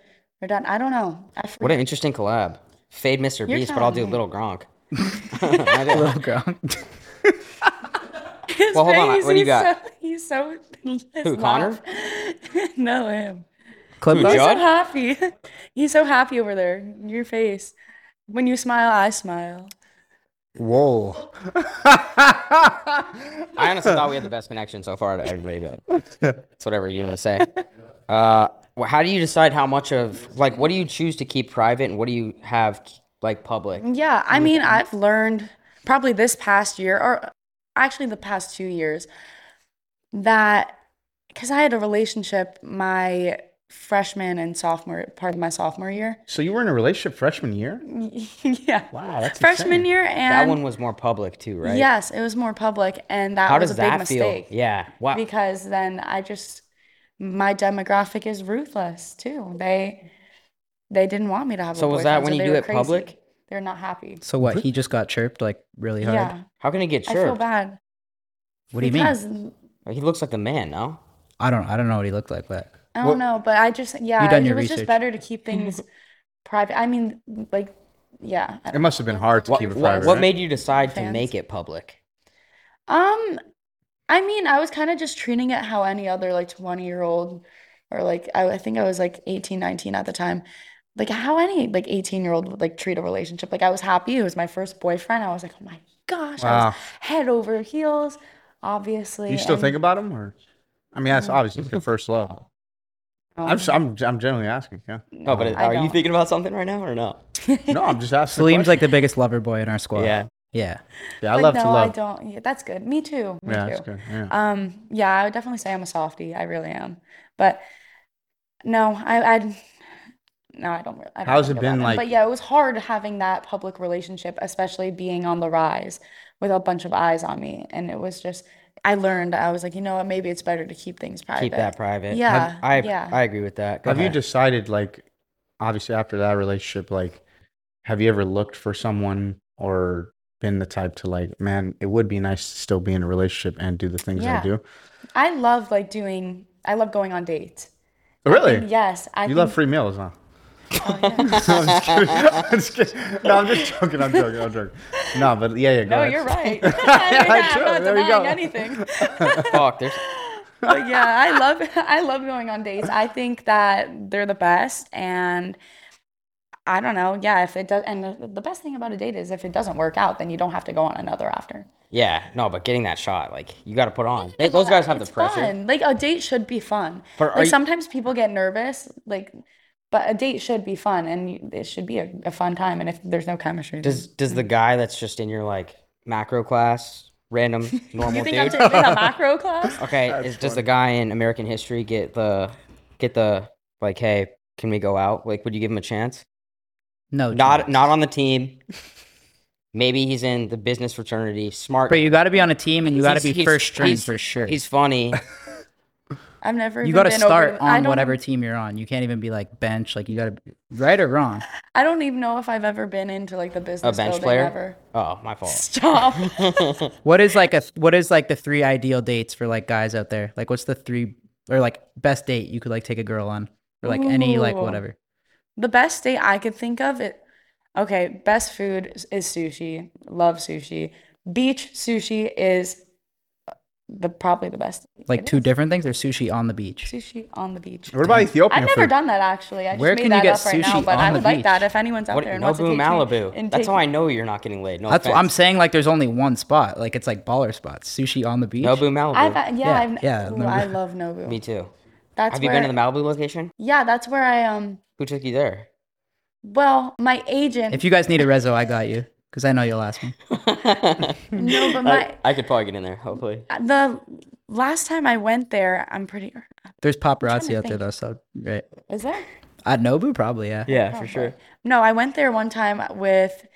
Speaker 2: or dad. I don't know. I forget.
Speaker 3: What an interesting collab. Fade mister
Speaker 2: You're
Speaker 3: Beast, but I'll do
Speaker 2: telling me.
Speaker 3: Little Gronk.
Speaker 1: Little Gronk.
Speaker 2: His
Speaker 3: Well, hold on,
Speaker 2: face,
Speaker 3: what do you
Speaker 2: he's
Speaker 3: got?
Speaker 2: So, he's so. his
Speaker 3: Who, Connor?
Speaker 2: laugh. no, him.
Speaker 1: Club
Speaker 3: Who,
Speaker 1: Gronk?
Speaker 2: He's so
Speaker 3: Judd?
Speaker 2: happy. He's so happy over there. Your face. When you smile, I smile.
Speaker 4: Whoa.
Speaker 3: I honestly thought we had the best connection so far to everybody, but it's whatever you're going to say. Uh, wh- how do you decide how much of, like, what do you choose to keep private and what do you have, like, public?
Speaker 2: Yeah, I mean, I've learned probably this past year, or actually the past two years, that because I had a relationship my freshman and sophomore part of my sophomore year.
Speaker 4: So you were in a relationship freshman year?
Speaker 2: yeah.
Speaker 4: Wow, that's
Speaker 2: Freshman
Speaker 4: insane.
Speaker 2: year
Speaker 3: That
Speaker 2: and
Speaker 3: one was more public, too, right?
Speaker 2: yes, it was more public, and that
Speaker 3: How
Speaker 2: was
Speaker 3: does
Speaker 2: a big
Speaker 3: that feel?
Speaker 2: mistake.
Speaker 3: Yeah. Wow.
Speaker 2: because then I just my demographic is ruthless too. They they didn't want me to have a
Speaker 3: So was that
Speaker 2: boyfriend,
Speaker 3: when you
Speaker 2: they
Speaker 3: do
Speaker 2: were
Speaker 3: it public?
Speaker 2: crazy. They're not happy.
Speaker 1: So what? He just got chirped like really hard.
Speaker 2: Yeah,
Speaker 3: How can he get
Speaker 2: I feel
Speaker 3: chirped?
Speaker 2: bad.
Speaker 1: What do you mean?
Speaker 2: because
Speaker 3: He looks like the man, no?
Speaker 1: I don't. I don't know what he looked like, but
Speaker 2: I don't know, but I just yeah,
Speaker 1: done
Speaker 2: it
Speaker 1: your
Speaker 2: was
Speaker 1: research.
Speaker 2: just better to keep things private. I mean, like yeah. I
Speaker 4: It must have been hard to
Speaker 3: What,
Speaker 4: keep it
Speaker 3: what-
Speaker 4: private.
Speaker 3: what
Speaker 4: right?
Speaker 3: made you decide to
Speaker 2: Fans.
Speaker 3: make it public?
Speaker 2: Um, I mean, I was kind of just treating it how any other like 20 year old or like I, I think I was like 18, 19 at the time. Like how any like 18 year old would like treat a relationship. Like I was happy. It was my first boyfriend. I was like, oh my gosh, I
Speaker 4: Wow.
Speaker 2: was head over heels, obviously.
Speaker 4: you still
Speaker 2: and
Speaker 4: think about him, or I mean, that's obviously your first love. I'm, just, I'm, I'm generally asking. Yeah.
Speaker 3: No, but
Speaker 2: I
Speaker 3: are you
Speaker 2: don't.
Speaker 3: thinking about something right now or no?
Speaker 4: No, I'm just asking. the
Speaker 1: Salim's like
Speaker 4: question.
Speaker 1: the biggest lover boy in our squad.
Speaker 3: Yeah.
Speaker 1: Yeah.
Speaker 4: yeah, I
Speaker 2: Like,
Speaker 4: love to
Speaker 2: no, I
Speaker 4: love.
Speaker 2: don't. Yeah, that's good. Me too. Me
Speaker 4: yeah,
Speaker 2: too.
Speaker 4: that's good. Yeah.
Speaker 2: Um, yeah, I would definitely say I'm a softie. I really am. But no, I, I, no, I don't. re- I don't
Speaker 4: How's
Speaker 2: think
Speaker 4: it
Speaker 2: about
Speaker 4: been
Speaker 2: them.
Speaker 4: like-
Speaker 2: But yeah, it was hard having that public relationship, especially being on the rise with a bunch of eyes on me. And it was just, I learned, I was like, you know what, maybe it's better to keep things
Speaker 3: Keep that private. Have-
Speaker 2: Yeah,
Speaker 3: I,
Speaker 2: yeah.
Speaker 3: I agree with that. Go
Speaker 4: have you
Speaker 3: ahead.
Speaker 4: decided, like, obviously after that relationship, like, have you ever looked for someone or been the type to like, man, it would be nice to still be in a relationship and do the things I
Speaker 2: Yeah.
Speaker 4: do.
Speaker 2: I love like doing. I love going on dates.
Speaker 4: Really?
Speaker 2: Yes, I Oh,
Speaker 4: You love
Speaker 2: think-
Speaker 4: free meals, huh? no, I'm just kidding. I'm just kidding. No, I'm just joking. I'm joking. I'm joking. No, but yeah, yeah. Go
Speaker 2: No,
Speaker 4: ahead.
Speaker 2: Oh, you're right. I
Speaker 4: true.
Speaker 2: mean, I'm not
Speaker 4: There we
Speaker 2: denying
Speaker 4: go.
Speaker 2: anything.
Speaker 3: Fuck, there's
Speaker 2: But yeah, I love I love going on dates. I think that they're the best, and I don't know. Yeah, if it does, and the, the best thing about a date is if it doesn't work out, then you don't have to go on another after.
Speaker 3: yeah, no, but getting that shot, like you got to put on. They- those guys have the
Speaker 2: It's
Speaker 3: pressure.
Speaker 2: fun. Like a date should be fun.
Speaker 3: But are
Speaker 2: like
Speaker 3: you-
Speaker 2: sometimes people get nervous, like, but a date should be fun, and you, it should be a, a fun time. And if there's no chemistry, then-
Speaker 3: Does does the guy that's just in your like macro class, random normal
Speaker 2: you think I'm
Speaker 3: dude?
Speaker 2: taking a macro class?
Speaker 3: okay, is, does the guy in American history get the get the like? Hey, can we go out? Like, would you give him a chance?
Speaker 1: No,
Speaker 3: Not
Speaker 1: chance.
Speaker 3: not on the team. Maybe he's in the business fraternity. Smart.
Speaker 1: But you got to be on a team and you got to be
Speaker 3: He's- he's-
Speaker 1: first string
Speaker 3: he's-
Speaker 1: for sure.
Speaker 3: He's funny.
Speaker 2: I've never.
Speaker 1: You
Speaker 2: even
Speaker 1: got to
Speaker 2: been over-
Speaker 1: start
Speaker 2: I
Speaker 1: on
Speaker 2: don't-
Speaker 1: whatever team you're on. You can't even be like bench. Like you got to right or wrong.
Speaker 2: I don't even know if I've ever been into like the business
Speaker 3: A bench
Speaker 2: building
Speaker 3: player.
Speaker 2: ever.
Speaker 3: Oh, my fault.
Speaker 2: Stop.
Speaker 1: What is like a what is like the three ideal dates for like guys out there? Like what's the three or like best date you could like take a girl on or like any like
Speaker 2: Ooh.
Speaker 1: whatever.
Speaker 2: the best date I could think of it. Okay, best food is- is sushi. Love sushi. Beach sushi is uh, the probably the best.
Speaker 1: Like
Speaker 2: It
Speaker 1: two
Speaker 2: is.
Speaker 1: different things or sushi on the beach.
Speaker 2: sushi on the beach.
Speaker 4: What about Ethiopian
Speaker 2: I've never
Speaker 4: food?
Speaker 2: done that actually. I just
Speaker 1: Where
Speaker 2: made
Speaker 1: can you
Speaker 2: that
Speaker 1: get
Speaker 2: up right now,
Speaker 1: sushi
Speaker 2: but
Speaker 1: on
Speaker 2: I
Speaker 1: the
Speaker 2: would like that
Speaker 1: beach?
Speaker 2: if anyone's out
Speaker 3: What,
Speaker 2: there and wants to
Speaker 3: Nobu
Speaker 2: take me
Speaker 3: Malibu.
Speaker 2: and
Speaker 3: That's
Speaker 2: take
Speaker 3: how I know you're not getting laid. No
Speaker 1: That's what I'm
Speaker 3: offense.
Speaker 1: saying. Like there's only one spot. Like it's like baller spots. Sushi on the beach.
Speaker 3: Nobu Malibu.
Speaker 2: I've yeah,
Speaker 1: Yeah,
Speaker 2: I've
Speaker 1: yeah,
Speaker 2: ooh,
Speaker 1: Nobu.
Speaker 2: I love Nobu.
Speaker 3: Me too.
Speaker 2: That's
Speaker 3: Have you
Speaker 2: where
Speaker 3: been to the Malibu location?
Speaker 2: yeah, that's where I um
Speaker 3: Who took you there?
Speaker 2: well, my agent
Speaker 1: If you guys need a rezo, I got you because I know you'll ask me.
Speaker 2: no, but my
Speaker 3: I, I could probably get in there. Hopefully.
Speaker 2: the last time I went there, I'm pretty
Speaker 1: There's paparazzi out there
Speaker 2: think.
Speaker 1: though, so right.
Speaker 2: is there?
Speaker 1: At Nobu, probably yeah.
Speaker 3: Yeah, for sure.
Speaker 2: No, I went there one time with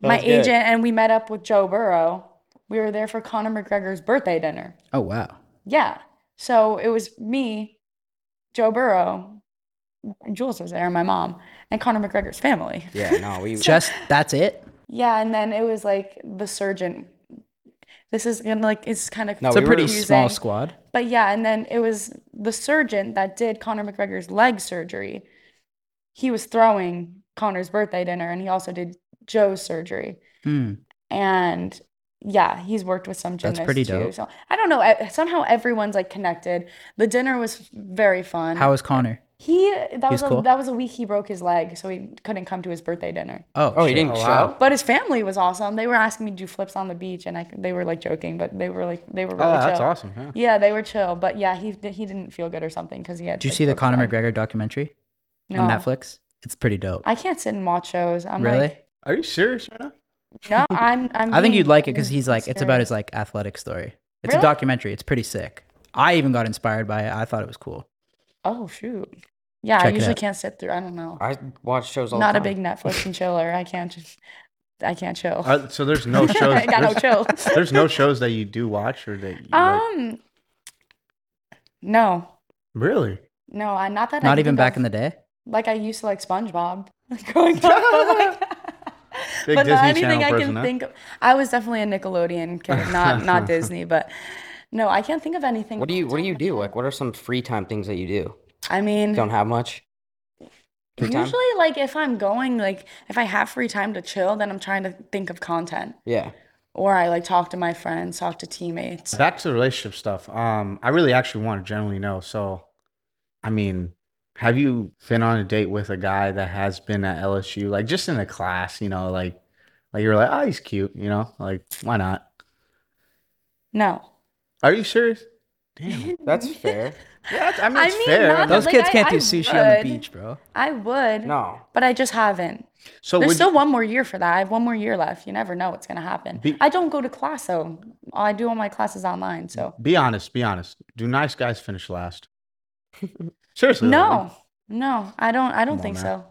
Speaker 2: my
Speaker 3: was good.
Speaker 2: agent and we met up with Joe Burrow. We were there for Conor McGregor's birthday dinner.
Speaker 1: Oh wow.
Speaker 2: Yeah. So it was me, Joe Burrow, Jules was there, and my mom, and Conor McGregor's family.
Speaker 3: Yeah, no, we
Speaker 1: Just that's it.
Speaker 2: Yeah, and then it was like the surgeon. This is gonna like it's kind of
Speaker 3: No,
Speaker 1: It's a
Speaker 3: we were-
Speaker 1: pretty small
Speaker 2: confusing.
Speaker 1: squad.
Speaker 2: But yeah, and then it was the surgeon that did Conor McGregor's leg surgery. He was throwing Conor's birthday dinner, and he also did Joe's surgery.
Speaker 1: Hmm.
Speaker 2: And yeah, he's worked with some
Speaker 1: That's
Speaker 2: gymnasts
Speaker 1: pretty
Speaker 2: too.
Speaker 1: dope.
Speaker 2: So I don't know. I- Somehow everyone's like connected. The dinner was very fun.
Speaker 1: How is Connor?
Speaker 2: He that was a,
Speaker 1: cool?
Speaker 2: that was a week he broke his leg, so he couldn't come to his birthday dinner.
Speaker 1: Oh,
Speaker 3: Oh, you
Speaker 1: shit.
Speaker 3: didn't show
Speaker 4: wow.
Speaker 3: up?
Speaker 2: But his family was awesome. They were asking me to do flips on the beach, and I they were like joking, but they were like they were really
Speaker 4: Oh, that's
Speaker 2: chill.
Speaker 4: awesome. Yeah.
Speaker 2: Yeah, they were chill, but yeah, he di- he didn't feel good or something because he had.
Speaker 1: Did you
Speaker 2: like,
Speaker 1: see the
Speaker 2: broke his
Speaker 3: uh,
Speaker 1: Conor
Speaker 2: leg.
Speaker 1: McGregor documentary
Speaker 2: No,
Speaker 1: on Netflix? It's pretty dope.
Speaker 2: I can't sit and watch shows. I'm
Speaker 1: really?
Speaker 2: like,
Speaker 4: Are you serious right now?
Speaker 2: no, I'm. I'm
Speaker 1: I think
Speaker 2: being
Speaker 1: you'd like it because he's like it's about
Speaker 2: serious.
Speaker 1: his like athletic story. It's a
Speaker 2: Mm-hmm. Really?
Speaker 1: documentary. It's pretty sick. I even got inspired by it. I thought it was cool.
Speaker 2: Oh shoot. Yeah,
Speaker 1: Check
Speaker 2: I
Speaker 1: it
Speaker 2: usually
Speaker 1: out.
Speaker 2: can't sit through. I don't know.
Speaker 3: I watch shows all
Speaker 2: Not
Speaker 3: the
Speaker 2: a big
Speaker 3: time.
Speaker 2: Netflix and chiller. I can't just. I can't chill.
Speaker 4: Uh, so there's no shows.
Speaker 2: I got no
Speaker 4: there's-
Speaker 2: chill.
Speaker 4: There's no shows that you do watch or that you like-
Speaker 2: Um. No,
Speaker 4: really.
Speaker 2: no, I not that. I
Speaker 1: Not
Speaker 2: can
Speaker 1: even
Speaker 2: think
Speaker 1: back
Speaker 2: of.
Speaker 1: in the day.
Speaker 2: like I used to like SpongeBob growing up, but like.
Speaker 4: Big
Speaker 2: but not
Speaker 4: Disney
Speaker 2: anything
Speaker 4: Channel
Speaker 2: I
Speaker 4: person,
Speaker 2: can
Speaker 4: huh?
Speaker 2: think of. I was definitely a Nickelodeon kid, not not Disney, but no, I can't think of anything.
Speaker 3: What do you What do you do? Like, what are some free time things that you do?
Speaker 2: I mean,
Speaker 3: Don't have much. free time?
Speaker 2: Mm. usually like if I'm going, like if I have free time to chill, then I'm trying to think of content,
Speaker 3: Yeah.
Speaker 2: or I like talk to my friends, talk to teammates.
Speaker 4: Back to the relationship stuff. Um, I really actually want to generally know. So, I mean, have you been on a date with a guy that has been at LSU, like just in a class? You know, like, like you're like, oh, he's cute. You know, like why not?
Speaker 2: No,
Speaker 4: Are you serious?
Speaker 3: That's fair.
Speaker 4: Yeah, I mean,
Speaker 2: I
Speaker 4: it's
Speaker 2: mean,
Speaker 4: fair.
Speaker 2: not-
Speaker 1: Those
Speaker 2: Like,
Speaker 1: kids
Speaker 2: I-
Speaker 1: can't do
Speaker 2: I
Speaker 1: sushi on the
Speaker 2: would.
Speaker 1: beach, bro.
Speaker 2: I would,
Speaker 3: No.
Speaker 2: but I just haven't.
Speaker 4: so
Speaker 2: There's
Speaker 4: would
Speaker 2: still one more year for that. I have one more year left. You never know what's gonna happen.
Speaker 4: Be-
Speaker 2: I don't go to class though. I do all my classes online, so
Speaker 4: be honest. Be honest. Do nice guys finish last? Seriously?
Speaker 2: no, no, I don't. I don't
Speaker 4: on
Speaker 2: think
Speaker 4: now.
Speaker 2: so.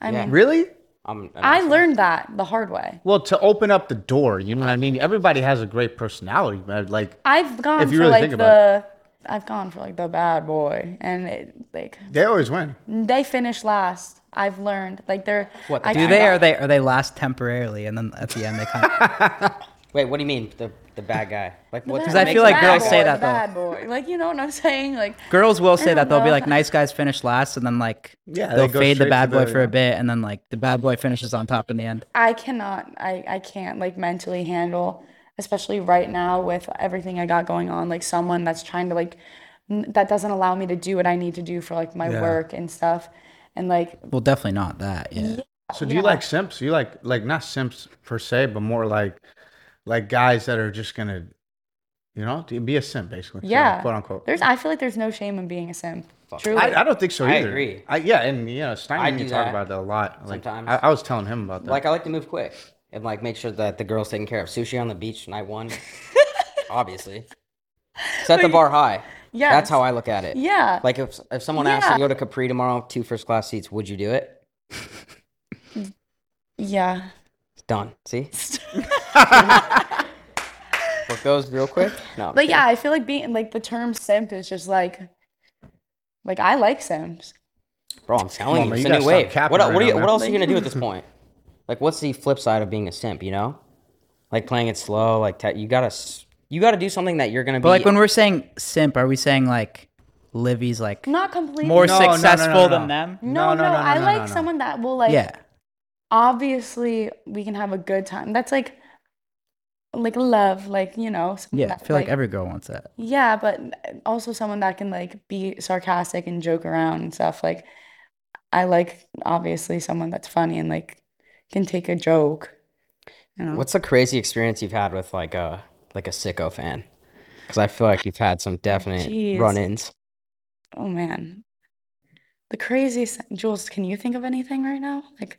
Speaker 2: I
Speaker 3: Yeah.
Speaker 2: mean,
Speaker 4: though. Really?
Speaker 3: I'm, I'm
Speaker 2: I
Speaker 3: not-
Speaker 2: learned that the hard way.
Speaker 4: Well, to open up the door, you know what I mean. Everybody has a great personality, but like,
Speaker 2: I've gone
Speaker 4: If you
Speaker 2: for
Speaker 4: really
Speaker 2: like
Speaker 4: think about
Speaker 2: the I've gone for like the bad boy, and it like
Speaker 4: They always win.
Speaker 2: they finish last. I've learned like they're
Speaker 3: What,
Speaker 2: I-
Speaker 3: do
Speaker 2: I
Speaker 1: Do they
Speaker 2: got-
Speaker 1: or they or they last temporarily and then at the end they kind of
Speaker 3: Wait, what do you mean the the bad guy? Like what?
Speaker 1: Because I
Speaker 3: makes
Speaker 1: feel
Speaker 3: the
Speaker 1: like
Speaker 3: bad
Speaker 1: girls
Speaker 3: guy?
Speaker 1: say
Speaker 2: boy,
Speaker 1: that, though.
Speaker 2: Bad boy, like you know what I'm saying? Like
Speaker 1: girls will say
Speaker 2: don't
Speaker 1: that they'll be
Speaker 2: know.
Speaker 1: like nice guys finish last and then like
Speaker 4: Yeah, they
Speaker 1: they'll
Speaker 4: go
Speaker 1: fade the
Speaker 4: straight
Speaker 1: bad
Speaker 4: to
Speaker 1: boy
Speaker 4: the-
Speaker 1: for a bit and then like the bad boy finishes on top in the end.
Speaker 2: I cannot, I I can't like mentally handle, especially right now with everything I got going on. Like someone that's trying to like n- that doesn't allow me to do what I need to do for like my work and stuff, and like
Speaker 1: Well, definitely not that. Yeah.
Speaker 4: So do you like simps? You like like not simps per se, but more like like guys that are just gonna, you know, to be a simp basically. so,
Speaker 2: yeah,
Speaker 4: quote unquote.
Speaker 2: There's I feel like there's no shame in being a simp. Truly,
Speaker 4: I, I don't think so
Speaker 3: I
Speaker 4: either.
Speaker 3: agree.
Speaker 4: I, yeah, and you know, Stein
Speaker 3: I
Speaker 4: and me
Speaker 3: do
Speaker 4: talk
Speaker 3: that
Speaker 4: about that a lot. Like,
Speaker 3: sometimes.
Speaker 4: I, I was telling him about that.
Speaker 3: Like I like to move quick and like make sure that the girl's taken care of. Sushi on the beach, and I won. Obviously, set the bar high.
Speaker 2: Yes.
Speaker 3: that's how I look at it.
Speaker 2: yeah,
Speaker 3: Like if if someone asked you to
Speaker 2: Yeah.
Speaker 3: go to Capri tomorrow, two first class seats, would you do it?
Speaker 2: yeah.
Speaker 3: Done. See, work those real quick. No, I'm
Speaker 2: Like yeah, I feel like being like the term simp is just like like I like simps.
Speaker 3: kidding. bro, I'm telling
Speaker 4: on,
Speaker 3: you,
Speaker 4: man,
Speaker 3: it's
Speaker 4: you
Speaker 3: a
Speaker 4: gotta
Speaker 3: new
Speaker 4: stop
Speaker 3: wave.
Speaker 4: capping
Speaker 3: What, el-
Speaker 4: right
Speaker 3: what, are
Speaker 4: now,
Speaker 3: you,
Speaker 4: man.
Speaker 3: what else are you gonna do at this point? Like, what's the flip side of being a simp? You know, like playing it slow. Like te- you gotta s- you gotta do something that you're gonna
Speaker 1: But
Speaker 3: be.
Speaker 1: like when we're saying simp, are we saying like Livy's like
Speaker 2: Not completely.
Speaker 1: more
Speaker 4: No, no, no, no,
Speaker 1: successful
Speaker 4: no.
Speaker 1: than them?
Speaker 2: no,
Speaker 4: no, no, no,
Speaker 2: I
Speaker 4: no,
Speaker 2: like
Speaker 4: no, no.
Speaker 2: someone that will like
Speaker 1: yeah.
Speaker 2: obviously we can have a good time. That's like like love, like you know, something
Speaker 1: Yeah. I
Speaker 2: that,
Speaker 1: feel like every girl wants that.
Speaker 2: yeah, but uh, also someone that can like be sarcastic and joke around and stuff. Like I like obviously someone that's funny and like can take a joke. You know?
Speaker 3: What's the crazy experience you've had with like a like a sicko fan? Because I feel like you've had some definite
Speaker 2: Jeez.
Speaker 3: run-ins.
Speaker 2: Oh man. The craziest Jules, can you think of anything right now? Like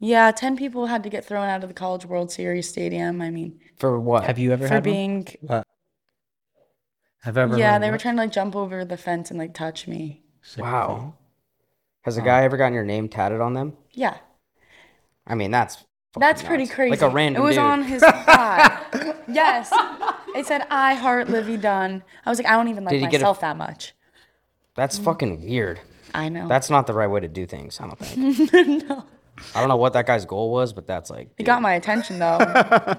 Speaker 2: Yeah, 10 people had to get thrown out of the College World Series stadium. I mean,
Speaker 3: For what?
Speaker 1: Have you ever
Speaker 2: for
Speaker 1: had one?
Speaker 2: being,
Speaker 4: Have ever?
Speaker 2: yeah, they were trying to like jump over the fence and like touch me.
Speaker 3: wow. Oh. Has a guy ever gotten your name tatted on them?
Speaker 2: Yeah,
Speaker 3: I mean, that's fucking
Speaker 2: that's pretty
Speaker 3: nuts.
Speaker 2: crazy.
Speaker 3: Like a random
Speaker 2: It was
Speaker 3: dude.
Speaker 2: on his thigh. Yes. It said, I heart Livy Dunn. I was like, I don't even like
Speaker 3: Did he get a-
Speaker 2: myself that much.
Speaker 3: That's
Speaker 2: Mm.
Speaker 3: fucking weird.
Speaker 2: I know.
Speaker 3: That's not the right way to do things. I don't think. I don't know what that guy's goal was, but that's like
Speaker 2: It got my attention though.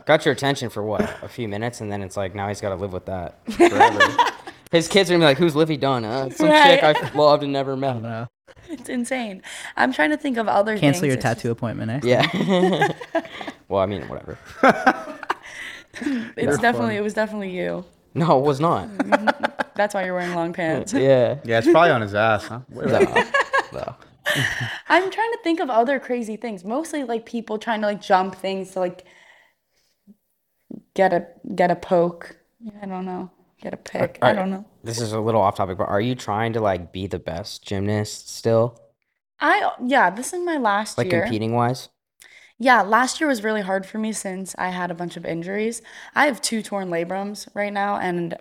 Speaker 3: got your attention for what a few minutes, and then it's like now he's got to live with that forever. His kids are gonna be like, "Who's Livy Dunn? Huh? Some chick
Speaker 2: Right.
Speaker 3: I loved and never met."
Speaker 2: It's insane. I'm trying to think of other
Speaker 1: Cancel your
Speaker 2: things. It's
Speaker 1: tattoo appointment, eh?
Speaker 3: Yeah. well, I mean, whatever.
Speaker 2: just- It's definitely, it was definitely you.
Speaker 3: No, it was not.
Speaker 2: That's why you're wearing long pants.
Speaker 3: Yeah.
Speaker 4: Yeah, it's probably on his ass, huh? Wait, wait.
Speaker 3: No. no.
Speaker 2: I'm trying to think of other crazy things. Mostly like people trying to like jump things to like get a get a poke. I don't know. Get a pick. I don't know.
Speaker 3: This is a little off topic, but are you trying to like be the best gymnast still,
Speaker 2: I yeah, this is my last
Speaker 3: like
Speaker 2: year.
Speaker 3: competing wise?
Speaker 2: Yeah, last year was really hard for me since I had a bunch of injuries. I have two torn labrums right now, and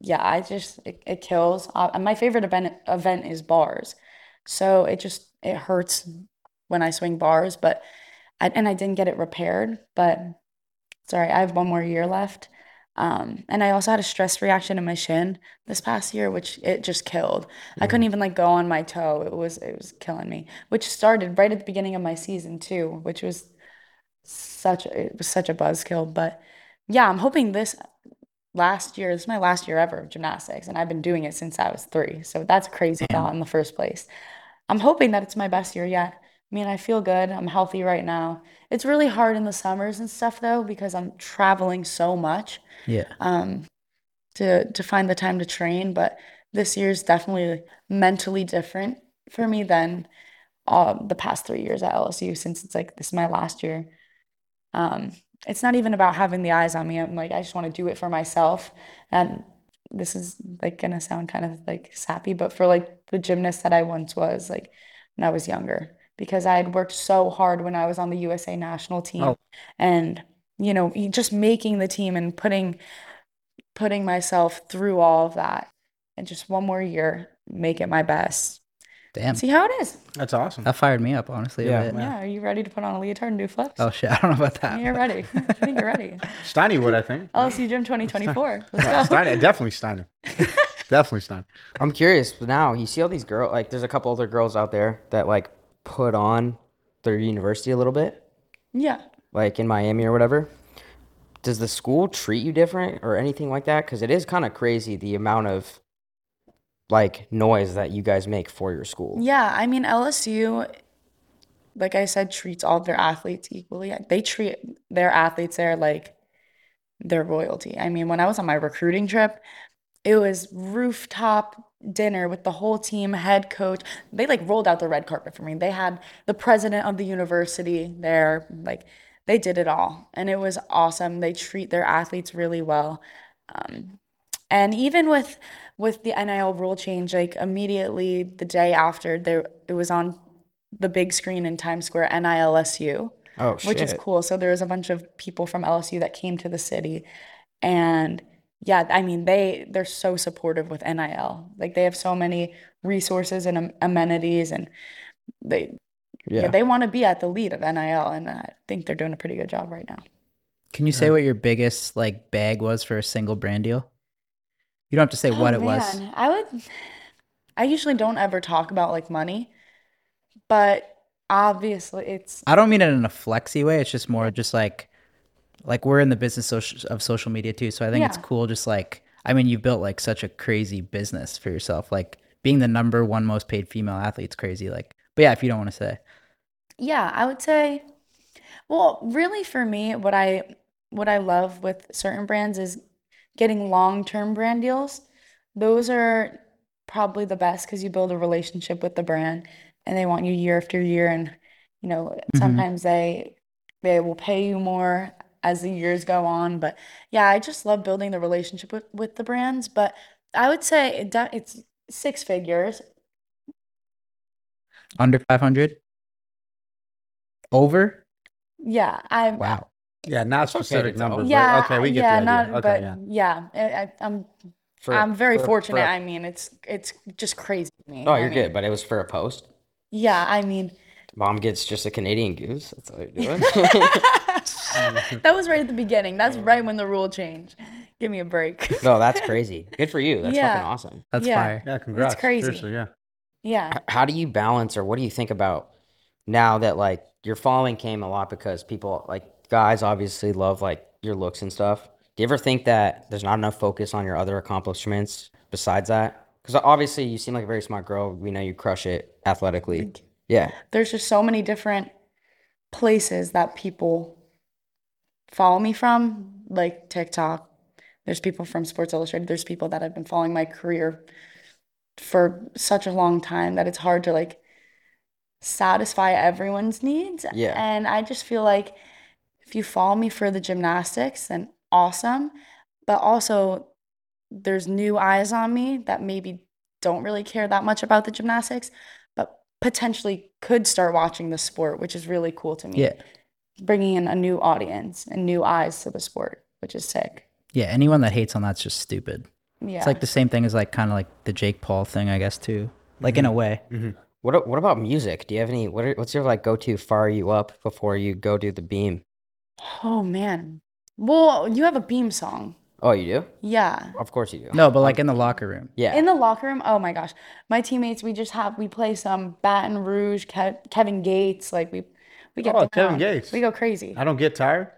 Speaker 2: yeah, I just it, it kills. Uh, and my favorite event event is bars, so it just it hurts when I swing bars. But I, and I didn't get it repaired. But sorry, I have one more year left. Um, and I also had a stress reaction in my shin this past year, which it just killed. I couldn't even like go on my toe. It was it was killing me, which started right at the beginning of my season too, which was such a, it was such a buzzkill. But yeah, I'm hoping this last year, this is my last year ever of gymnastics, and I've been doing it since I was three. So that's a crazy thought in the first place. I'm hoping that it's my best year yet. I mean, I feel good. I'm healthy right now. It's really hard in the summers and stuff though, because I'm traveling so much
Speaker 1: Yeah.
Speaker 2: um, to to find the time to train. But this year's definitely mentally different for me than uh, the past three years at LSU, since it's like this is my last year. Um, it's not even about having the eyes on me. I'm like, I just want to do it for myself. And this is like gonna sound kind of like sappy, but for like the gymnast that I once was, like when I was younger, because I had worked so hard when I was on the USA national team
Speaker 1: Oh.
Speaker 2: and you know, e- just making the team and putting putting myself through all of that and just one more year, make it my best.
Speaker 1: Damn,
Speaker 2: See how it is.
Speaker 4: That's awesome.
Speaker 1: that fired me up honestly.
Speaker 3: Yeah.
Speaker 1: A bit.
Speaker 2: Yeah, are you ready to put on a leotard and do flips?
Speaker 1: Oh shit, I don't know about that.
Speaker 2: You're ready. I think you're ready.
Speaker 4: Steiny would, I think.
Speaker 2: LSU Gym 2024. Let's
Speaker 4: Yeah,
Speaker 2: go.
Speaker 4: Steiny, definitely Steiny. definitely Steiny.
Speaker 3: I'm curious but now. You see all these girls, like there's a couple other girls out there that like put on their university a little bit,
Speaker 2: Yeah.
Speaker 3: like in Miami or whatever. Does the school treat you different or anything like that? Because it is kind of crazy the amount of like noise that you guys make for your school.
Speaker 2: Yeah. I mean, LSU, like I said, treats all their athletes equally. They treat their athletes there like their royalty. I mean, when I was on my recruiting trip, it was rooftop dinner with the whole team, head coach. They like rolled out the red carpet for me. They had the president of the university there. Like they did it all. And it was awesome. They treat their athletes really well. Um, and even with with the NIL rule change, like immediately the day after there it was on the big screen in Times Square, NILSU
Speaker 3: Oh shit.
Speaker 2: which is cool. So there was a bunch of people from LSU that came to the city, and yeah, I mean they they're so supportive with NIL. Like they have so many resources and am- amenities, and they yeah,
Speaker 3: Yeah.
Speaker 2: they want to be at the lead of NIL, and I think they're doing a pretty good job right now.
Speaker 1: Can you say what your biggest like bag was for a single brand deal? You don't have to say what it was.
Speaker 2: Oh, man, I would. I usually don't ever talk about like money, but obviously it's
Speaker 1: I don't mean it in a flexy way. It's just more just like like we're in the business soc- of social media too. So I think it's
Speaker 2: Yeah.
Speaker 1: cool just like I mean you built like such a crazy business for yourself. Like being the number one most paid female athlete's crazy like. But yeah, if you don't want to say.
Speaker 2: Yeah, I would say, well, really for me, what I what I love with certain brands is getting long-term brand deals. Those are probably the best because you build a relationship with the brand and they want you year after year and you know, sometimes they they will pay you more as the years go on, but yeah, I just love building the relationship with with the brands, but I would say it de- it's six figures.
Speaker 1: Under 500? Over?
Speaker 2: Yeah, I'm
Speaker 1: Wow.
Speaker 4: Yeah, not specific
Speaker 3: it's
Speaker 4: numbers.
Speaker 3: over.
Speaker 4: but
Speaker 2: Yeah,
Speaker 4: okay, we get
Speaker 2: yeah,
Speaker 4: the
Speaker 2: not,
Speaker 4: idea. Okay,
Speaker 2: but
Speaker 4: yeah.
Speaker 2: yeah, I, I, I'm
Speaker 3: For-
Speaker 2: I'm very
Speaker 3: for- for-
Speaker 2: fortunate. I mean, it's it's just crazy to me.
Speaker 3: Oh,
Speaker 2: I
Speaker 3: you're
Speaker 2: mean,
Speaker 3: good, but it was for a post.
Speaker 2: yeah, I mean,
Speaker 3: Mom gets just a Canadian goose. That's all you're doing.
Speaker 2: that was right at the beginning. That's right when the rule changed. Give me a break.
Speaker 3: no, that's crazy. Good for you. That's
Speaker 2: Yeah.
Speaker 3: fucking awesome.
Speaker 1: That's
Speaker 2: Yeah.
Speaker 1: fire.
Speaker 4: Yeah, congrats.
Speaker 2: crazy.
Speaker 4: Seriously, yeah.
Speaker 2: Yeah,
Speaker 3: h- how do you balance or what do you think about now that like your following came a lot because people like guys obviously love like your looks and stuff do you ever think that there's not enough focus on your other accomplishments besides that because obviously you seem like a very smart girl we know you crush it athletically yeah
Speaker 2: there's just so many different places that people follow me from, like TikTok. There's people from Sports Illustrated. There's people that have been following my career for such a long time that it's hard to like satisfy everyone's needs.
Speaker 3: Yeah.
Speaker 2: And I just feel like if you follow me for the gymnastics, then awesome. But also, there's new eyes on me that maybe don't really care that much about the gymnastics, but potentially could start watching the sport, which is really cool to me
Speaker 1: Yeah.
Speaker 2: bringing in a new audience and new eyes to the sport, which is sick.
Speaker 1: Yeah, anyone that hates on that's just stupid.
Speaker 2: Yeah.
Speaker 1: It's like the same thing as like kind of like the Jake Paul thing, I guess too. Like in a way.
Speaker 3: what, a- what about music do you have any what are, what's your like go-to fire you up before you go do the beam
Speaker 2: oh man. Well, you have a beam song.
Speaker 3: oh you do
Speaker 2: Yeah.
Speaker 3: of course you do
Speaker 1: No, but like in the locker room.
Speaker 3: yeah
Speaker 2: In the locker room, oh my gosh. My teammates, we just have we play some Baton Rouge, Kev- Kevin Gates, like we we get
Speaker 4: Oh,
Speaker 2: down.
Speaker 4: Kevin Gates.
Speaker 2: We go crazy.
Speaker 4: I don't get tired.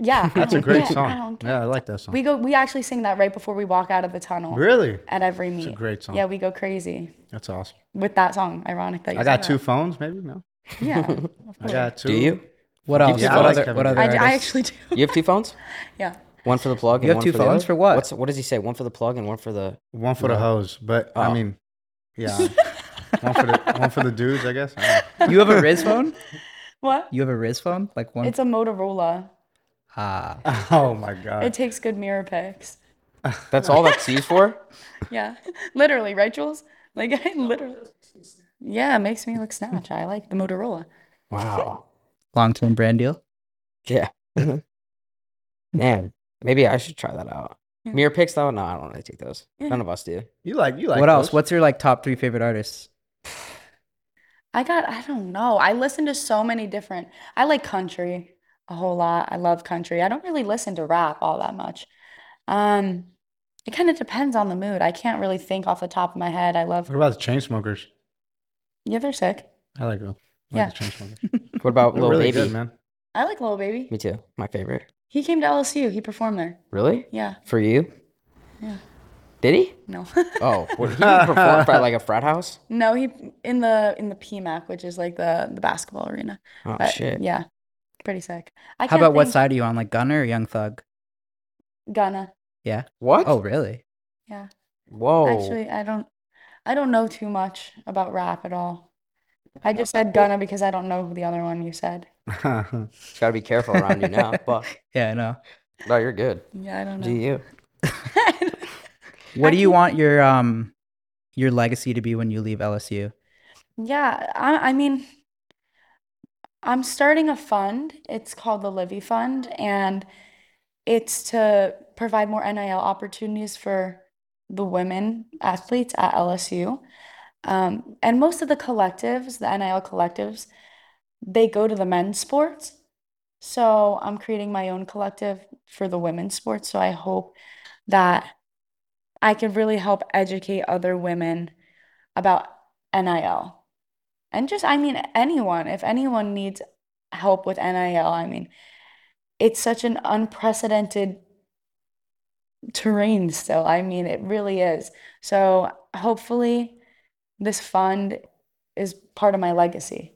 Speaker 2: Yeah.
Speaker 4: That's a great
Speaker 2: I
Speaker 4: song.
Speaker 2: don't care.
Speaker 4: Yeah, I like that song.
Speaker 2: We go we actually sing that right before we walk out of the tunnel
Speaker 4: Really?
Speaker 2: at every meet.
Speaker 4: a great song.
Speaker 2: Yeah, we go crazy
Speaker 4: That's awesome.
Speaker 2: with that song. Ironic that you
Speaker 4: I
Speaker 2: said
Speaker 4: got two phones, maybe? No.
Speaker 2: that. Yeah. of
Speaker 4: I
Speaker 2: course.
Speaker 4: got two.
Speaker 3: do you
Speaker 1: What else?
Speaker 4: Yeah, I
Speaker 1: what
Speaker 4: like
Speaker 1: other
Speaker 4: Kevin
Speaker 1: what other
Speaker 2: I, I
Speaker 1: artists?
Speaker 2: actually do.
Speaker 3: you have two phones
Speaker 2: Yeah.
Speaker 3: one for the plug
Speaker 1: You have
Speaker 3: and one
Speaker 1: two
Speaker 3: for the
Speaker 1: phones
Speaker 3: other?
Speaker 1: for what?
Speaker 3: What's, what does he say one for the plug and one for the
Speaker 4: One for the hose, but I
Speaker 3: Oh.
Speaker 4: mean, yeah. one for the one for the dudes, I guess. I don't know.
Speaker 1: You have a Riz phone?
Speaker 2: What?
Speaker 1: You have a Riz phone? Like one
Speaker 2: It's a Motorola.
Speaker 1: Uh,
Speaker 4: Oh my god.
Speaker 2: It takes good mirror pics.
Speaker 3: That's all that's used for?
Speaker 2: Yeah, literally, right, Jules? Like, I literally. Yeah, it makes me look snatch. I like the Motorola.
Speaker 3: Wow.
Speaker 1: Long term brand deal.
Speaker 3: Yeah. Man, maybe I should try that out.
Speaker 2: Yeah.
Speaker 3: Mirror pics though? No, I don't really take those. None of us do.
Speaker 4: you like you like
Speaker 1: what else?
Speaker 4: those?
Speaker 1: What's your like top three favorite artists?
Speaker 2: I got, I don't know. I listen to so many different. I like country a whole lot. I love country. I don't really listen to rap all that much. Um, it kind of depends on the mood. I can't really think off the top of my head. I love,
Speaker 4: What about the chain smokers?
Speaker 2: yeah, they're sick.
Speaker 4: I like them. I
Speaker 2: Yeah.
Speaker 4: like the chain smokers.
Speaker 3: What about
Speaker 4: They're
Speaker 3: Lil
Speaker 4: really
Speaker 3: Baby?
Speaker 4: good, man.
Speaker 2: I like Lil Baby.
Speaker 3: Me too. My favorite.
Speaker 2: He came to LSU. He performed there.
Speaker 3: Really?
Speaker 2: Yeah,
Speaker 3: For you?
Speaker 2: Yeah.
Speaker 3: Did he?
Speaker 2: no.
Speaker 3: Oh, what, he performed for like a frat house?
Speaker 2: No, he in the in the PMAC, which is like the the basketball arena.
Speaker 3: Oh
Speaker 2: But
Speaker 3: shit.
Speaker 2: yeah, pretty sick. I
Speaker 1: How
Speaker 2: can't
Speaker 1: about what
Speaker 2: think-
Speaker 1: side are you on? Like Gunner or Young Thug?
Speaker 2: Ghana.
Speaker 1: Yeah.
Speaker 3: What?
Speaker 1: Oh, really?
Speaker 2: Yeah.
Speaker 1: Oh.
Speaker 3: Whoa.
Speaker 2: Actually, I don't I don't know too much about rap at all. I just said Ghana because I don't know who the other one you said.
Speaker 3: Just gotta be careful around you now. But
Speaker 1: Yeah, I know.
Speaker 3: no, you're good.
Speaker 2: Yeah, I don't
Speaker 3: Do
Speaker 2: know.
Speaker 3: you?
Speaker 1: What do you want your um your legacy to be when you leave LSU?
Speaker 2: Yeah, I, I mean, I'm starting a fund. It's called the Livy Fund, and it's to provide more NIL opportunities for the women athletes at LSU. Um, and most of the collectives, the NIL collectives, they go to the men's sports. So I'm creating my own collective for the women's sports. So I hope that I can really help educate other women about NIL. And just, I mean, anyone, if anyone needs help with NIL, I mean, it's such an unprecedented terrain still. I mean, it really is. So hopefully, this fund is part of my legacy.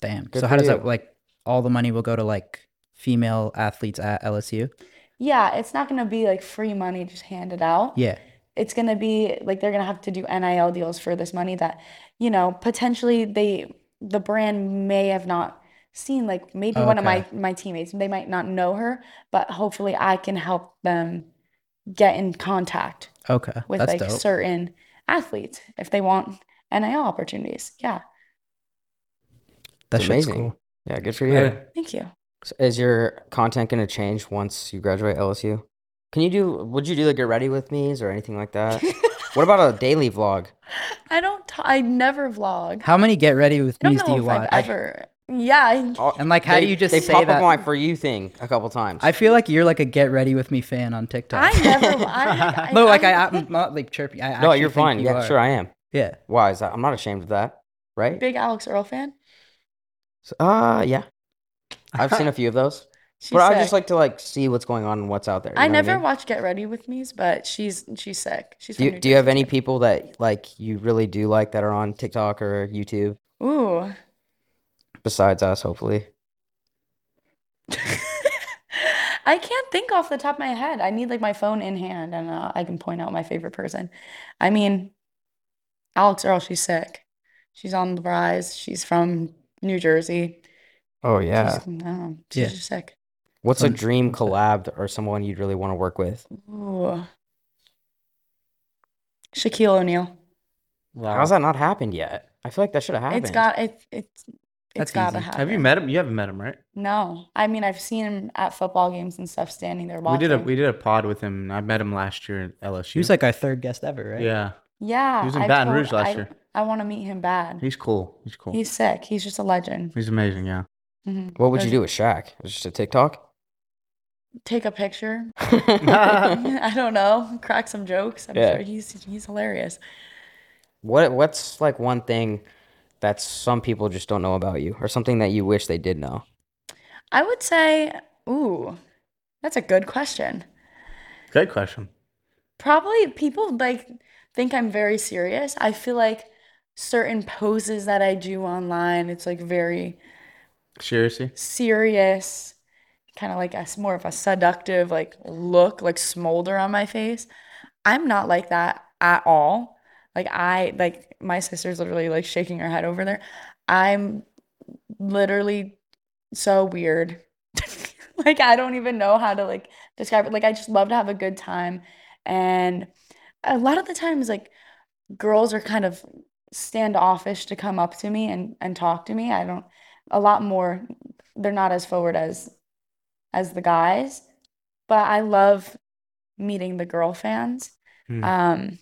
Speaker 1: Damn.
Speaker 3: Good
Speaker 1: so how
Speaker 3: for
Speaker 1: does
Speaker 3: you.
Speaker 1: that like all the money will go to like female athletes at LSU?
Speaker 2: Yeah, it's not going to be like free money just handed out.
Speaker 1: Yeah.
Speaker 2: it's going to be like they're going to have to do NIL deals for this money that, you know, potentially they the brand may have not seen like maybe one of my
Speaker 1: Okay.
Speaker 2: my teammates, they might not know her, but hopefully I can help them get in contact
Speaker 1: Okay.
Speaker 2: with
Speaker 1: That's
Speaker 2: like
Speaker 1: dope.
Speaker 2: certain athletes if they want NIL opportunities. Yeah.
Speaker 1: that
Speaker 3: It's
Speaker 1: shit's
Speaker 3: amazing.
Speaker 1: cool.
Speaker 3: Yeah, good for you.
Speaker 2: Thank you.
Speaker 3: So is your content gonna change once you graduate LSU? Can you do? Would you do the get ready with me's or anything like that? what about a daily vlog?
Speaker 2: I don't t- I never vlog.
Speaker 1: How many get ready with
Speaker 2: I don't
Speaker 1: me's do
Speaker 2: know
Speaker 1: you
Speaker 2: if I've
Speaker 1: watch?
Speaker 2: ever. Yeah, I-
Speaker 3: Oh,
Speaker 1: And, like, how do
Speaker 3: they-
Speaker 1: you just
Speaker 3: they
Speaker 1: say
Speaker 3: pop up
Speaker 1: that-
Speaker 3: on my for you thing a couple times?
Speaker 1: I feel like you're like a get ready with me fan on TikTok.
Speaker 2: I never I
Speaker 1: no, like I,
Speaker 2: I
Speaker 1: I'm not like chirpy. I
Speaker 3: no,
Speaker 1: actually
Speaker 3: you're
Speaker 1: think
Speaker 3: fine.
Speaker 1: you
Speaker 3: yeah,
Speaker 1: are.
Speaker 3: sure I am.
Speaker 1: Yeah.
Speaker 3: Why is that? I'm not ashamed of that, right?
Speaker 2: big Alex Earl fan.
Speaker 3: So, uh, yeah. I've seen a few of those,
Speaker 2: She's
Speaker 3: but I would just
Speaker 2: sick.
Speaker 3: like to like see what's going on and what's out there. you
Speaker 2: I
Speaker 3: know what
Speaker 2: never
Speaker 3: mean?
Speaker 2: watch Get Ready with Me's, but she's she's sick. She's
Speaker 3: Do
Speaker 2: from
Speaker 3: you,
Speaker 2: New
Speaker 3: do you have
Speaker 2: Jersey,
Speaker 3: any people that like you really do like that are on TikTok or YouTube
Speaker 2: too. Ooh,
Speaker 3: besides us? Hopefully,
Speaker 2: I can't think off the top of my head. I need like my phone in hand, and uh, I can point out my favorite person. I mean, Alex Earl, she's sick. She's on the rise. She's from New Jersey.
Speaker 3: oh
Speaker 2: She's, I don't know, she's
Speaker 1: Yeah.
Speaker 2: just sick.
Speaker 3: What's a
Speaker 1: Fun-
Speaker 3: dream
Speaker 1: fun
Speaker 3: collab or someone you'd really want to work with?
Speaker 2: Oh. Ooh, Shaquille O'Neal.
Speaker 4: Wow.
Speaker 3: How's that not happened yet? I feel like that should have happened.
Speaker 2: It's got it. It's
Speaker 1: That's
Speaker 2: it's gotta
Speaker 1: easy.
Speaker 4: Have you
Speaker 2: happen.
Speaker 4: met him? You haven't met him, right?
Speaker 2: No, I mean I've seen him at football games and stuff, standing there
Speaker 4: We did a
Speaker 2: watching.
Speaker 4: we did a pod with him. and I met him last year at LSU.
Speaker 1: She was like our third guest ever, right?
Speaker 4: yeah,
Speaker 2: Yeah,
Speaker 4: was in
Speaker 2: I
Speaker 4: Baton
Speaker 2: told-
Speaker 4: Rouge last
Speaker 2: I,
Speaker 4: year.
Speaker 2: I want to meet him bad.
Speaker 4: he's cool. He's cool. He's,
Speaker 2: He's sick. He's just a legend.
Speaker 4: amazing. Yeah.
Speaker 2: Mhm.
Speaker 3: what would
Speaker 2: There's-
Speaker 3: you do with Shaq? Just a TikTok?
Speaker 2: Take a picture.
Speaker 3: what
Speaker 2: I don't know. Crack some jokes. I'm
Speaker 3: Yeah.
Speaker 2: sure he's he's hilarious.
Speaker 3: What's like one thing that some people just don't know about you, or something that you wish they did know?
Speaker 2: I would say, ooh, that's a good question.
Speaker 4: Great question.
Speaker 2: Probably people like think I'm very serious. I feel like certain poses that I do online, it's like very
Speaker 4: Seriously.
Speaker 2: serious, kind of like a s- more of a seductive like look, like smolder on my face. I'm not like that at all. Like I like my sister's literally like shaking her head over there. I'm literally so weird. Like I don't even know how to like describe it. Like I just love to have a good time. And a lot of the times like girls are kind of standoffish to come up to me and and talk to me. I don't a lot more they're not as forward as as the guys, but I love meeting the girl fans.
Speaker 4: Hmm.
Speaker 2: Um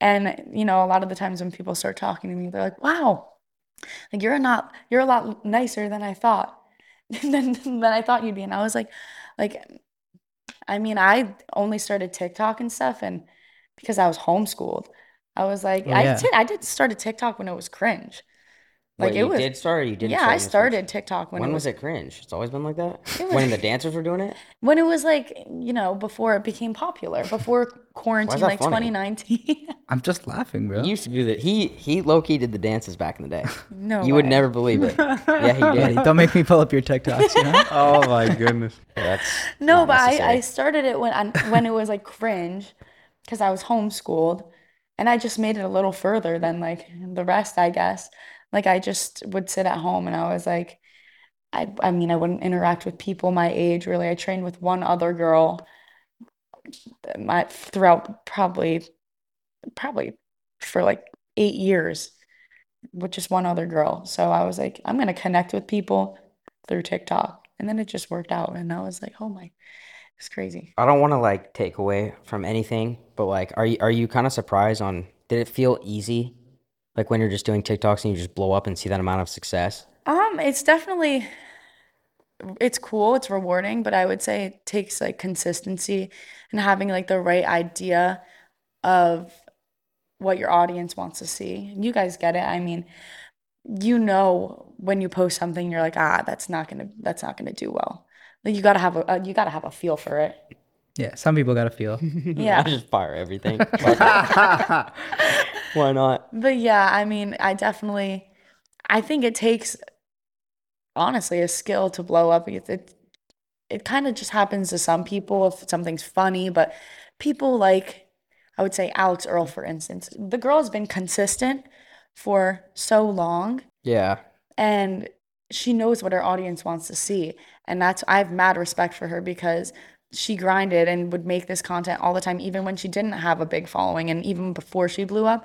Speaker 2: and you know, a lot of the times when people start talking to me, they're like, "Wow, like you're not you're a lot nicer than I thought than than I thought you'd be." And I was like, like I mean, I only started TikTok and stuff and because I was homeschooled. I was like,
Speaker 1: Oh,
Speaker 2: I
Speaker 1: yeah.
Speaker 2: did I did start a TikTok when it was cringe. Like
Speaker 3: Wait,
Speaker 2: it
Speaker 3: you
Speaker 2: was
Speaker 3: did start or you didn't
Speaker 2: yeah,
Speaker 3: start
Speaker 2: I
Speaker 3: in the first-
Speaker 2: started TikTok when
Speaker 3: When
Speaker 2: it
Speaker 3: was
Speaker 2: was
Speaker 3: it cringe? It's always been like that?
Speaker 2: It was-
Speaker 3: When the dancers were doing it?
Speaker 2: when it was like, you know, before it became popular, before quarantine,
Speaker 3: that
Speaker 2: like
Speaker 3: funny?
Speaker 2: 2019.
Speaker 1: I'm just laughing, bro.
Speaker 3: He used to do that. He he low key did the dances back in the day.
Speaker 2: No
Speaker 3: you would
Speaker 2: way.
Speaker 3: never believe it. Yeah, he
Speaker 1: Buddy,
Speaker 3: did.
Speaker 1: don't make me pull up your TikToks. You know?
Speaker 4: Oh my goodness.
Speaker 3: That's
Speaker 2: No,
Speaker 3: not
Speaker 2: but I, I
Speaker 3: necessary.
Speaker 2: started it when I, when it was like cringe because I was homeschooled and I just made it a little further than like the rest, I guess. Like I just would sit at home and I was like, I, I mean, I wouldn't interact with people my age really. I trained with one other girl that my throughout probably probably for like eight years with just one other girl. So I was like, I'm gonna connect with people through TikTok. And then it just worked out. And I was like, oh my, it's crazy.
Speaker 3: I don't want to like take away from anything, but like, are you are you kind of surprised on? Did it feel easy, like when you're just doing TikToks and you just blow up and see that amount of success?
Speaker 2: Um, it's definitely it's cool, it's rewarding, but I would say it takes like consistency and having like the right idea of what your audience wants to see. And You guys get it. I mean, you know when you post something, you're like, ah, that's not gonna that's not gonna do well. Like you gotta have a uh, you gotta have a feel for it.
Speaker 1: yeah, some people gotta feel.
Speaker 2: Yeah.
Speaker 3: I just fire everything. Like, why not?
Speaker 2: But yeah, I mean, I definitely, I think it takes honestly a skill to blow up. It it, it kind of just happens to some people if something's funny, but people like I would say Alex Earl, for instance, the girl has been consistent for so long
Speaker 3: Yeah,
Speaker 2: and she knows what her audience wants to see. And that's, I have mad respect for her because she grinded and would make this content all the time, even when she didn't have a big following and even before she blew up.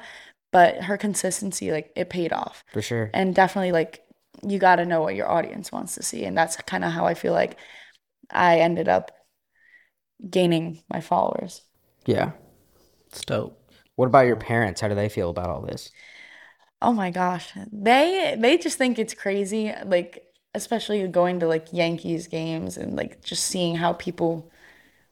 Speaker 2: But her consistency, like, it paid off.
Speaker 3: for sure.
Speaker 2: And definitely, like, you got to know what your audience wants to see. And that's kind of how I feel like I ended up gaining my followers.
Speaker 3: Yeah.
Speaker 1: It's dope.
Speaker 3: What about your parents? How do they feel about all this?
Speaker 2: Oh my gosh. They they just think it's crazy, like especially going to like Yankees games and like just seeing how people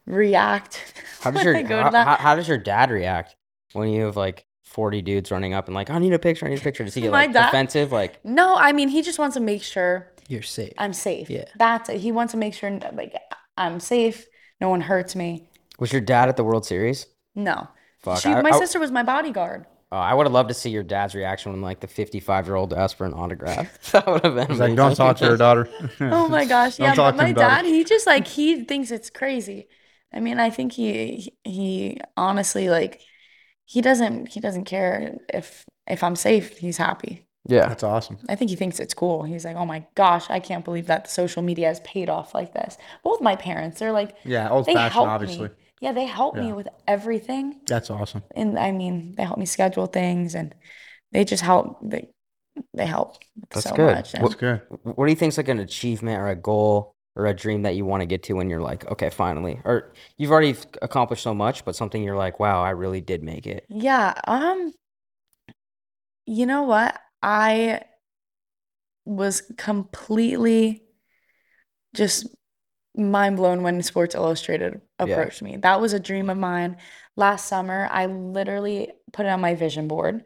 Speaker 2: react
Speaker 3: How does
Speaker 2: when
Speaker 3: your
Speaker 2: I go to
Speaker 3: how,
Speaker 2: that.
Speaker 3: how, how does your dad react when you have like 40 dudes running up and like I need a picture, I need a picture? Does he get
Speaker 2: My
Speaker 3: like
Speaker 2: dad-
Speaker 3: defensive? Like
Speaker 2: No, I mean he just wants to make sure
Speaker 1: You're safe.
Speaker 2: I'm safe.
Speaker 1: Yeah.
Speaker 2: That's it. He wants to make sure like I'm safe, no one hurts me.
Speaker 3: was your dad at the World Series?
Speaker 2: No.
Speaker 3: Fuck,
Speaker 2: She
Speaker 3: I-
Speaker 2: my
Speaker 3: I-
Speaker 2: sister was my bodyguard.
Speaker 3: Oh, I would have loved to see your dad's reaction when like the 55 year old asked for an autograph. that would have been
Speaker 4: He's like, don't
Speaker 3: amazing.
Speaker 4: talk to her daughter.
Speaker 2: Oh my gosh.
Speaker 4: Don't
Speaker 2: Yeah,
Speaker 4: talk
Speaker 2: but
Speaker 4: to
Speaker 2: my
Speaker 4: him about
Speaker 2: dad,
Speaker 4: it.
Speaker 2: he just like he thinks it's crazy. I mean, I think he he he honestly like he doesn't he doesn't care if if I'm safe, he's happy.
Speaker 3: Yeah.
Speaker 4: That's awesome.
Speaker 2: I think he thinks it's cool. He's like, "Oh my gosh, I can't believe that social media has paid off like this." Both my parents, they're like
Speaker 4: Yeah,
Speaker 2: they
Speaker 4: old fashioned,
Speaker 2: help
Speaker 4: obviously.
Speaker 2: me. Yeah, they help me with everything.
Speaker 4: That's awesome.
Speaker 2: And I mean, they help me schedule things and they just help they they help
Speaker 3: That's
Speaker 2: so
Speaker 3: good.
Speaker 2: much.
Speaker 3: What-
Speaker 4: That's good.
Speaker 3: What do you think's like an achievement or a goal or a dream that you want to get to when you're like, okay, finally? Or you've already f- accomplished so much, but something you're like, wow, I really did make it.
Speaker 2: Yeah, um, you know what? I was completely just mind blown when Sports Illustrated
Speaker 3: Yeah.
Speaker 2: approached me. That was a dream of mine. Last summer, I literally put it on my vision board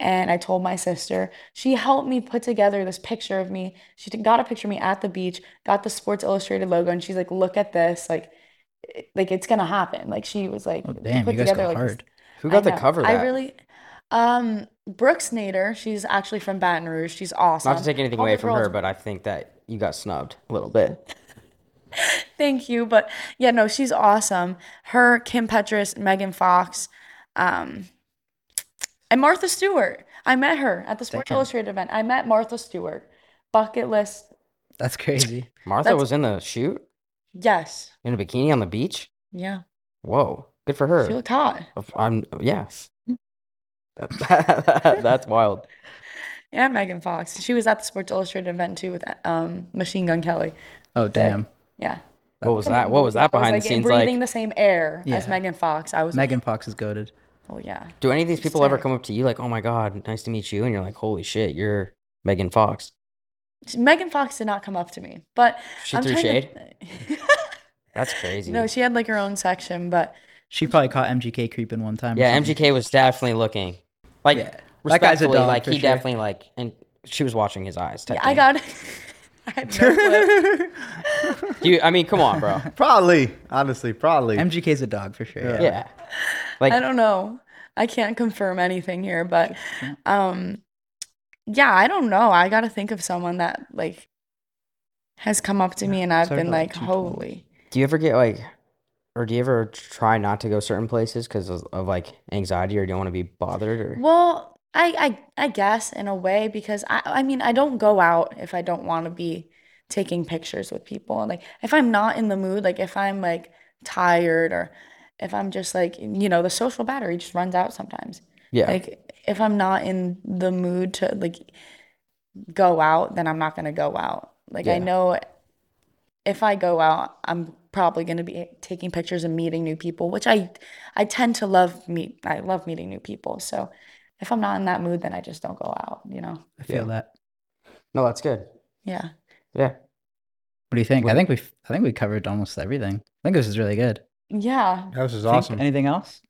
Speaker 2: and I told my sister. She helped me put together this picture of me. She t- got a picture of me at the beach, got the Sports Illustrated logo, and she's like, "Look at this. Like, it- like it's gonna happen." Like she was like,
Speaker 1: Oh,
Speaker 2: put
Speaker 1: damn, you guys
Speaker 2: together
Speaker 1: go
Speaker 2: like this-
Speaker 1: hard.
Speaker 3: Who
Speaker 2: I
Speaker 3: got the
Speaker 2: know.
Speaker 3: cover of
Speaker 2: I
Speaker 3: that?
Speaker 2: really, um, Brooks Nader. She's actually from Baton Rouge. She's awesome.
Speaker 3: Not to take anything
Speaker 2: All
Speaker 3: away
Speaker 2: the
Speaker 3: from
Speaker 2: girls-
Speaker 3: her, but I think that you got snubbed a little bit.
Speaker 2: thank you. But yeah, no, she's awesome. Her, Kim Petras, Megan Fox, um, and Martha Stewart. I met her at the Sports Illustrated event. I met Martha Stewart. Bucket list.
Speaker 1: That's crazy.
Speaker 3: Martha was in the shoot.
Speaker 2: Yes.
Speaker 3: in a bikini on the beach.
Speaker 2: Yeah.
Speaker 3: Whoa, good for her.
Speaker 2: She looked hot.
Speaker 3: I'm yes. That- that's wild.
Speaker 2: Yeah, Megan Fox. She was at the Sports Illustrated event too with um, Machine Gun Kelly.
Speaker 1: Oh damn,
Speaker 2: Yeah.
Speaker 3: What was that? What was that
Speaker 2: I was,
Speaker 3: behind
Speaker 2: like,
Speaker 3: the scenes
Speaker 2: breathing
Speaker 3: like?
Speaker 2: the same air as
Speaker 1: Yeah.
Speaker 2: Megan Fox. I was
Speaker 1: Megan Fox is goaded.
Speaker 2: oh yeah.
Speaker 3: Do any of these people ever
Speaker 2: sick.
Speaker 3: come up to you like, "Oh my god, nice to meet you," and you're like, "Holy shit, you're Megan Fox."
Speaker 2: Megan Fox did not come up to me, but
Speaker 3: She
Speaker 2: I'm
Speaker 3: threw
Speaker 2: trying
Speaker 3: shade.
Speaker 2: to-
Speaker 3: That's crazy.
Speaker 2: no, she had like her own section, but
Speaker 1: She probably caught MGK creeping one time. or
Speaker 3: yeah,
Speaker 1: something.
Speaker 3: MGK was definitely looking like
Speaker 1: Yeah. That guy's a
Speaker 3: respectfully,
Speaker 1: dog
Speaker 3: like
Speaker 1: for
Speaker 3: he
Speaker 1: sure.
Speaker 3: definitely like, and she was watching his eyes. type
Speaker 2: yeah, I
Speaker 3: thing.
Speaker 2: got. I had no clue.
Speaker 3: you. I mean, come on, bro.
Speaker 4: Probably, honestly, probably.
Speaker 1: MGK's a dog for sure. Yeah.
Speaker 3: yeah, like
Speaker 2: I don't know. I can't confirm anything here, but um, yeah, I don't know. I gotta think of someone that like has come up to me and I've
Speaker 1: sorry
Speaker 2: been
Speaker 1: to, like,
Speaker 2: like,
Speaker 1: keep going.
Speaker 2: holy.
Speaker 3: Do you ever get like, or do you ever try not to go certain places because of, of like anxiety or don't want to be bothered or?
Speaker 2: Well, I, I I guess in a way because I I mean I don't go out if I don't want to be taking pictures with people. And, Like if I'm not in the mood, like if I'm like tired or if I'm just like you know the social battery just runs out sometimes.
Speaker 3: Yeah.
Speaker 2: Like if I'm not in the mood to like go out, then I'm not gonna go out. Like I
Speaker 3: Yeah.
Speaker 2: know if I go out, I'm probably going to be taking pictures and meeting new people, which I I tend to love meet I love meeting new people. So if I'm not in that mood, then I just don't go out, you know.
Speaker 1: I feel that.
Speaker 3: no, that's good.
Speaker 2: Yeah.
Speaker 3: Yeah.
Speaker 1: What do you think? I think we have I think we covered almost everything. I think this is really good.
Speaker 2: Yeah.
Speaker 4: That was just
Speaker 1: Think
Speaker 4: awesome.
Speaker 1: Anything else?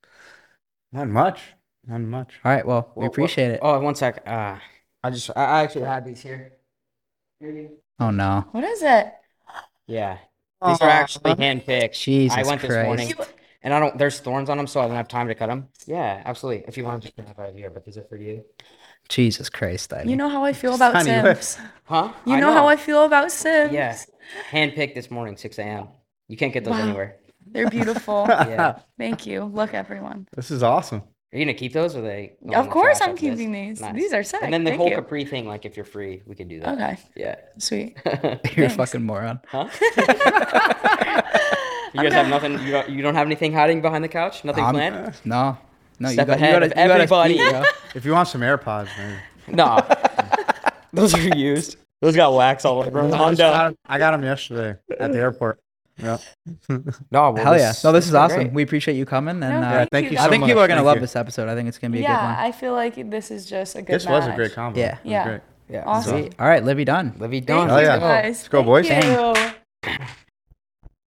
Speaker 4: Not much. Not much.
Speaker 1: All right. Well, we
Speaker 3: Well, what-
Speaker 1: appreciate it. Oh,
Speaker 3: Oh, one sec. Uh, I just I I actually had these here.
Speaker 1: Oh, no.
Speaker 2: What is it?
Speaker 3: Yeah. These are actually handpicked.
Speaker 1: Jesus
Speaker 3: I went this
Speaker 1: Christ.
Speaker 3: morning, and I don't. There's thorns on them, so I don't have time to cut them. Yeah, absolutely. If you want, just have it here, but these are for you.
Speaker 1: Jesus Christ, Ivy.
Speaker 2: You know how I feel about
Speaker 4: tiny lips.
Speaker 2: Sims.
Speaker 3: Huh?
Speaker 2: You know, how I feel about Sims.
Speaker 3: Yeah. Handpicked this morning, 6 a.m. You can't get those anywhere.
Speaker 2: They're beautiful.
Speaker 3: Yeah.
Speaker 2: Thank you. Look everyone.
Speaker 4: This is awesome.
Speaker 3: Are you gonna keep those? Or they? going in
Speaker 2: Of
Speaker 3: the
Speaker 2: course
Speaker 3: trash
Speaker 2: I'm
Speaker 3: after this?
Speaker 2: keeping these.
Speaker 3: Nice.
Speaker 2: These are sick.
Speaker 3: And then the
Speaker 2: Thank
Speaker 3: whole
Speaker 2: you.
Speaker 3: Capri thing, like if you're free, we can do that.
Speaker 2: Okay.
Speaker 3: Yeah.
Speaker 2: Sweet.
Speaker 1: You're a fucking moron.
Speaker 3: Huh? you guys have nothing. You don't, you don't have anything hiding behind the couch. Nothing
Speaker 1: I'm-
Speaker 3: planned.
Speaker 1: No. No, you
Speaker 3: Step
Speaker 1: got,
Speaker 3: ahead
Speaker 1: you gotta,
Speaker 3: of
Speaker 1: you gotta
Speaker 3: everybody.
Speaker 1: speak, bro.
Speaker 4: If you want some AirPods, man.
Speaker 3: No. Those are used. Those got wax all over them.
Speaker 4: I got 'em- I got them yesterday at the airport. Yeah.
Speaker 3: No. well,
Speaker 1: Hell yeah. No, this is
Speaker 3: been
Speaker 1: awesome.
Speaker 3: great.
Speaker 1: We appreciate you coming. And
Speaker 2: No,
Speaker 1: uh,
Speaker 4: Thank you
Speaker 1: I
Speaker 4: so
Speaker 1: think
Speaker 4: much.
Speaker 1: people are going to
Speaker 4: Thank
Speaker 1: love
Speaker 4: you.
Speaker 1: this episode. I think it's going to be a good
Speaker 2: Yeah,
Speaker 1: one.
Speaker 2: I feel like this is just a good
Speaker 4: This was a great
Speaker 2: match.
Speaker 4: combo.
Speaker 1: Yeah.
Speaker 4: It was
Speaker 2: Yeah.
Speaker 4: great.
Speaker 3: Yeah.
Speaker 2: Awesome.
Speaker 1: All right, Libby done.
Speaker 3: Livy
Speaker 2: Thank
Speaker 3: done.
Speaker 4: Hell
Speaker 2: you
Speaker 4: yeah.
Speaker 2: guys.
Speaker 4: Let's go, boys.
Speaker 2: Thank you.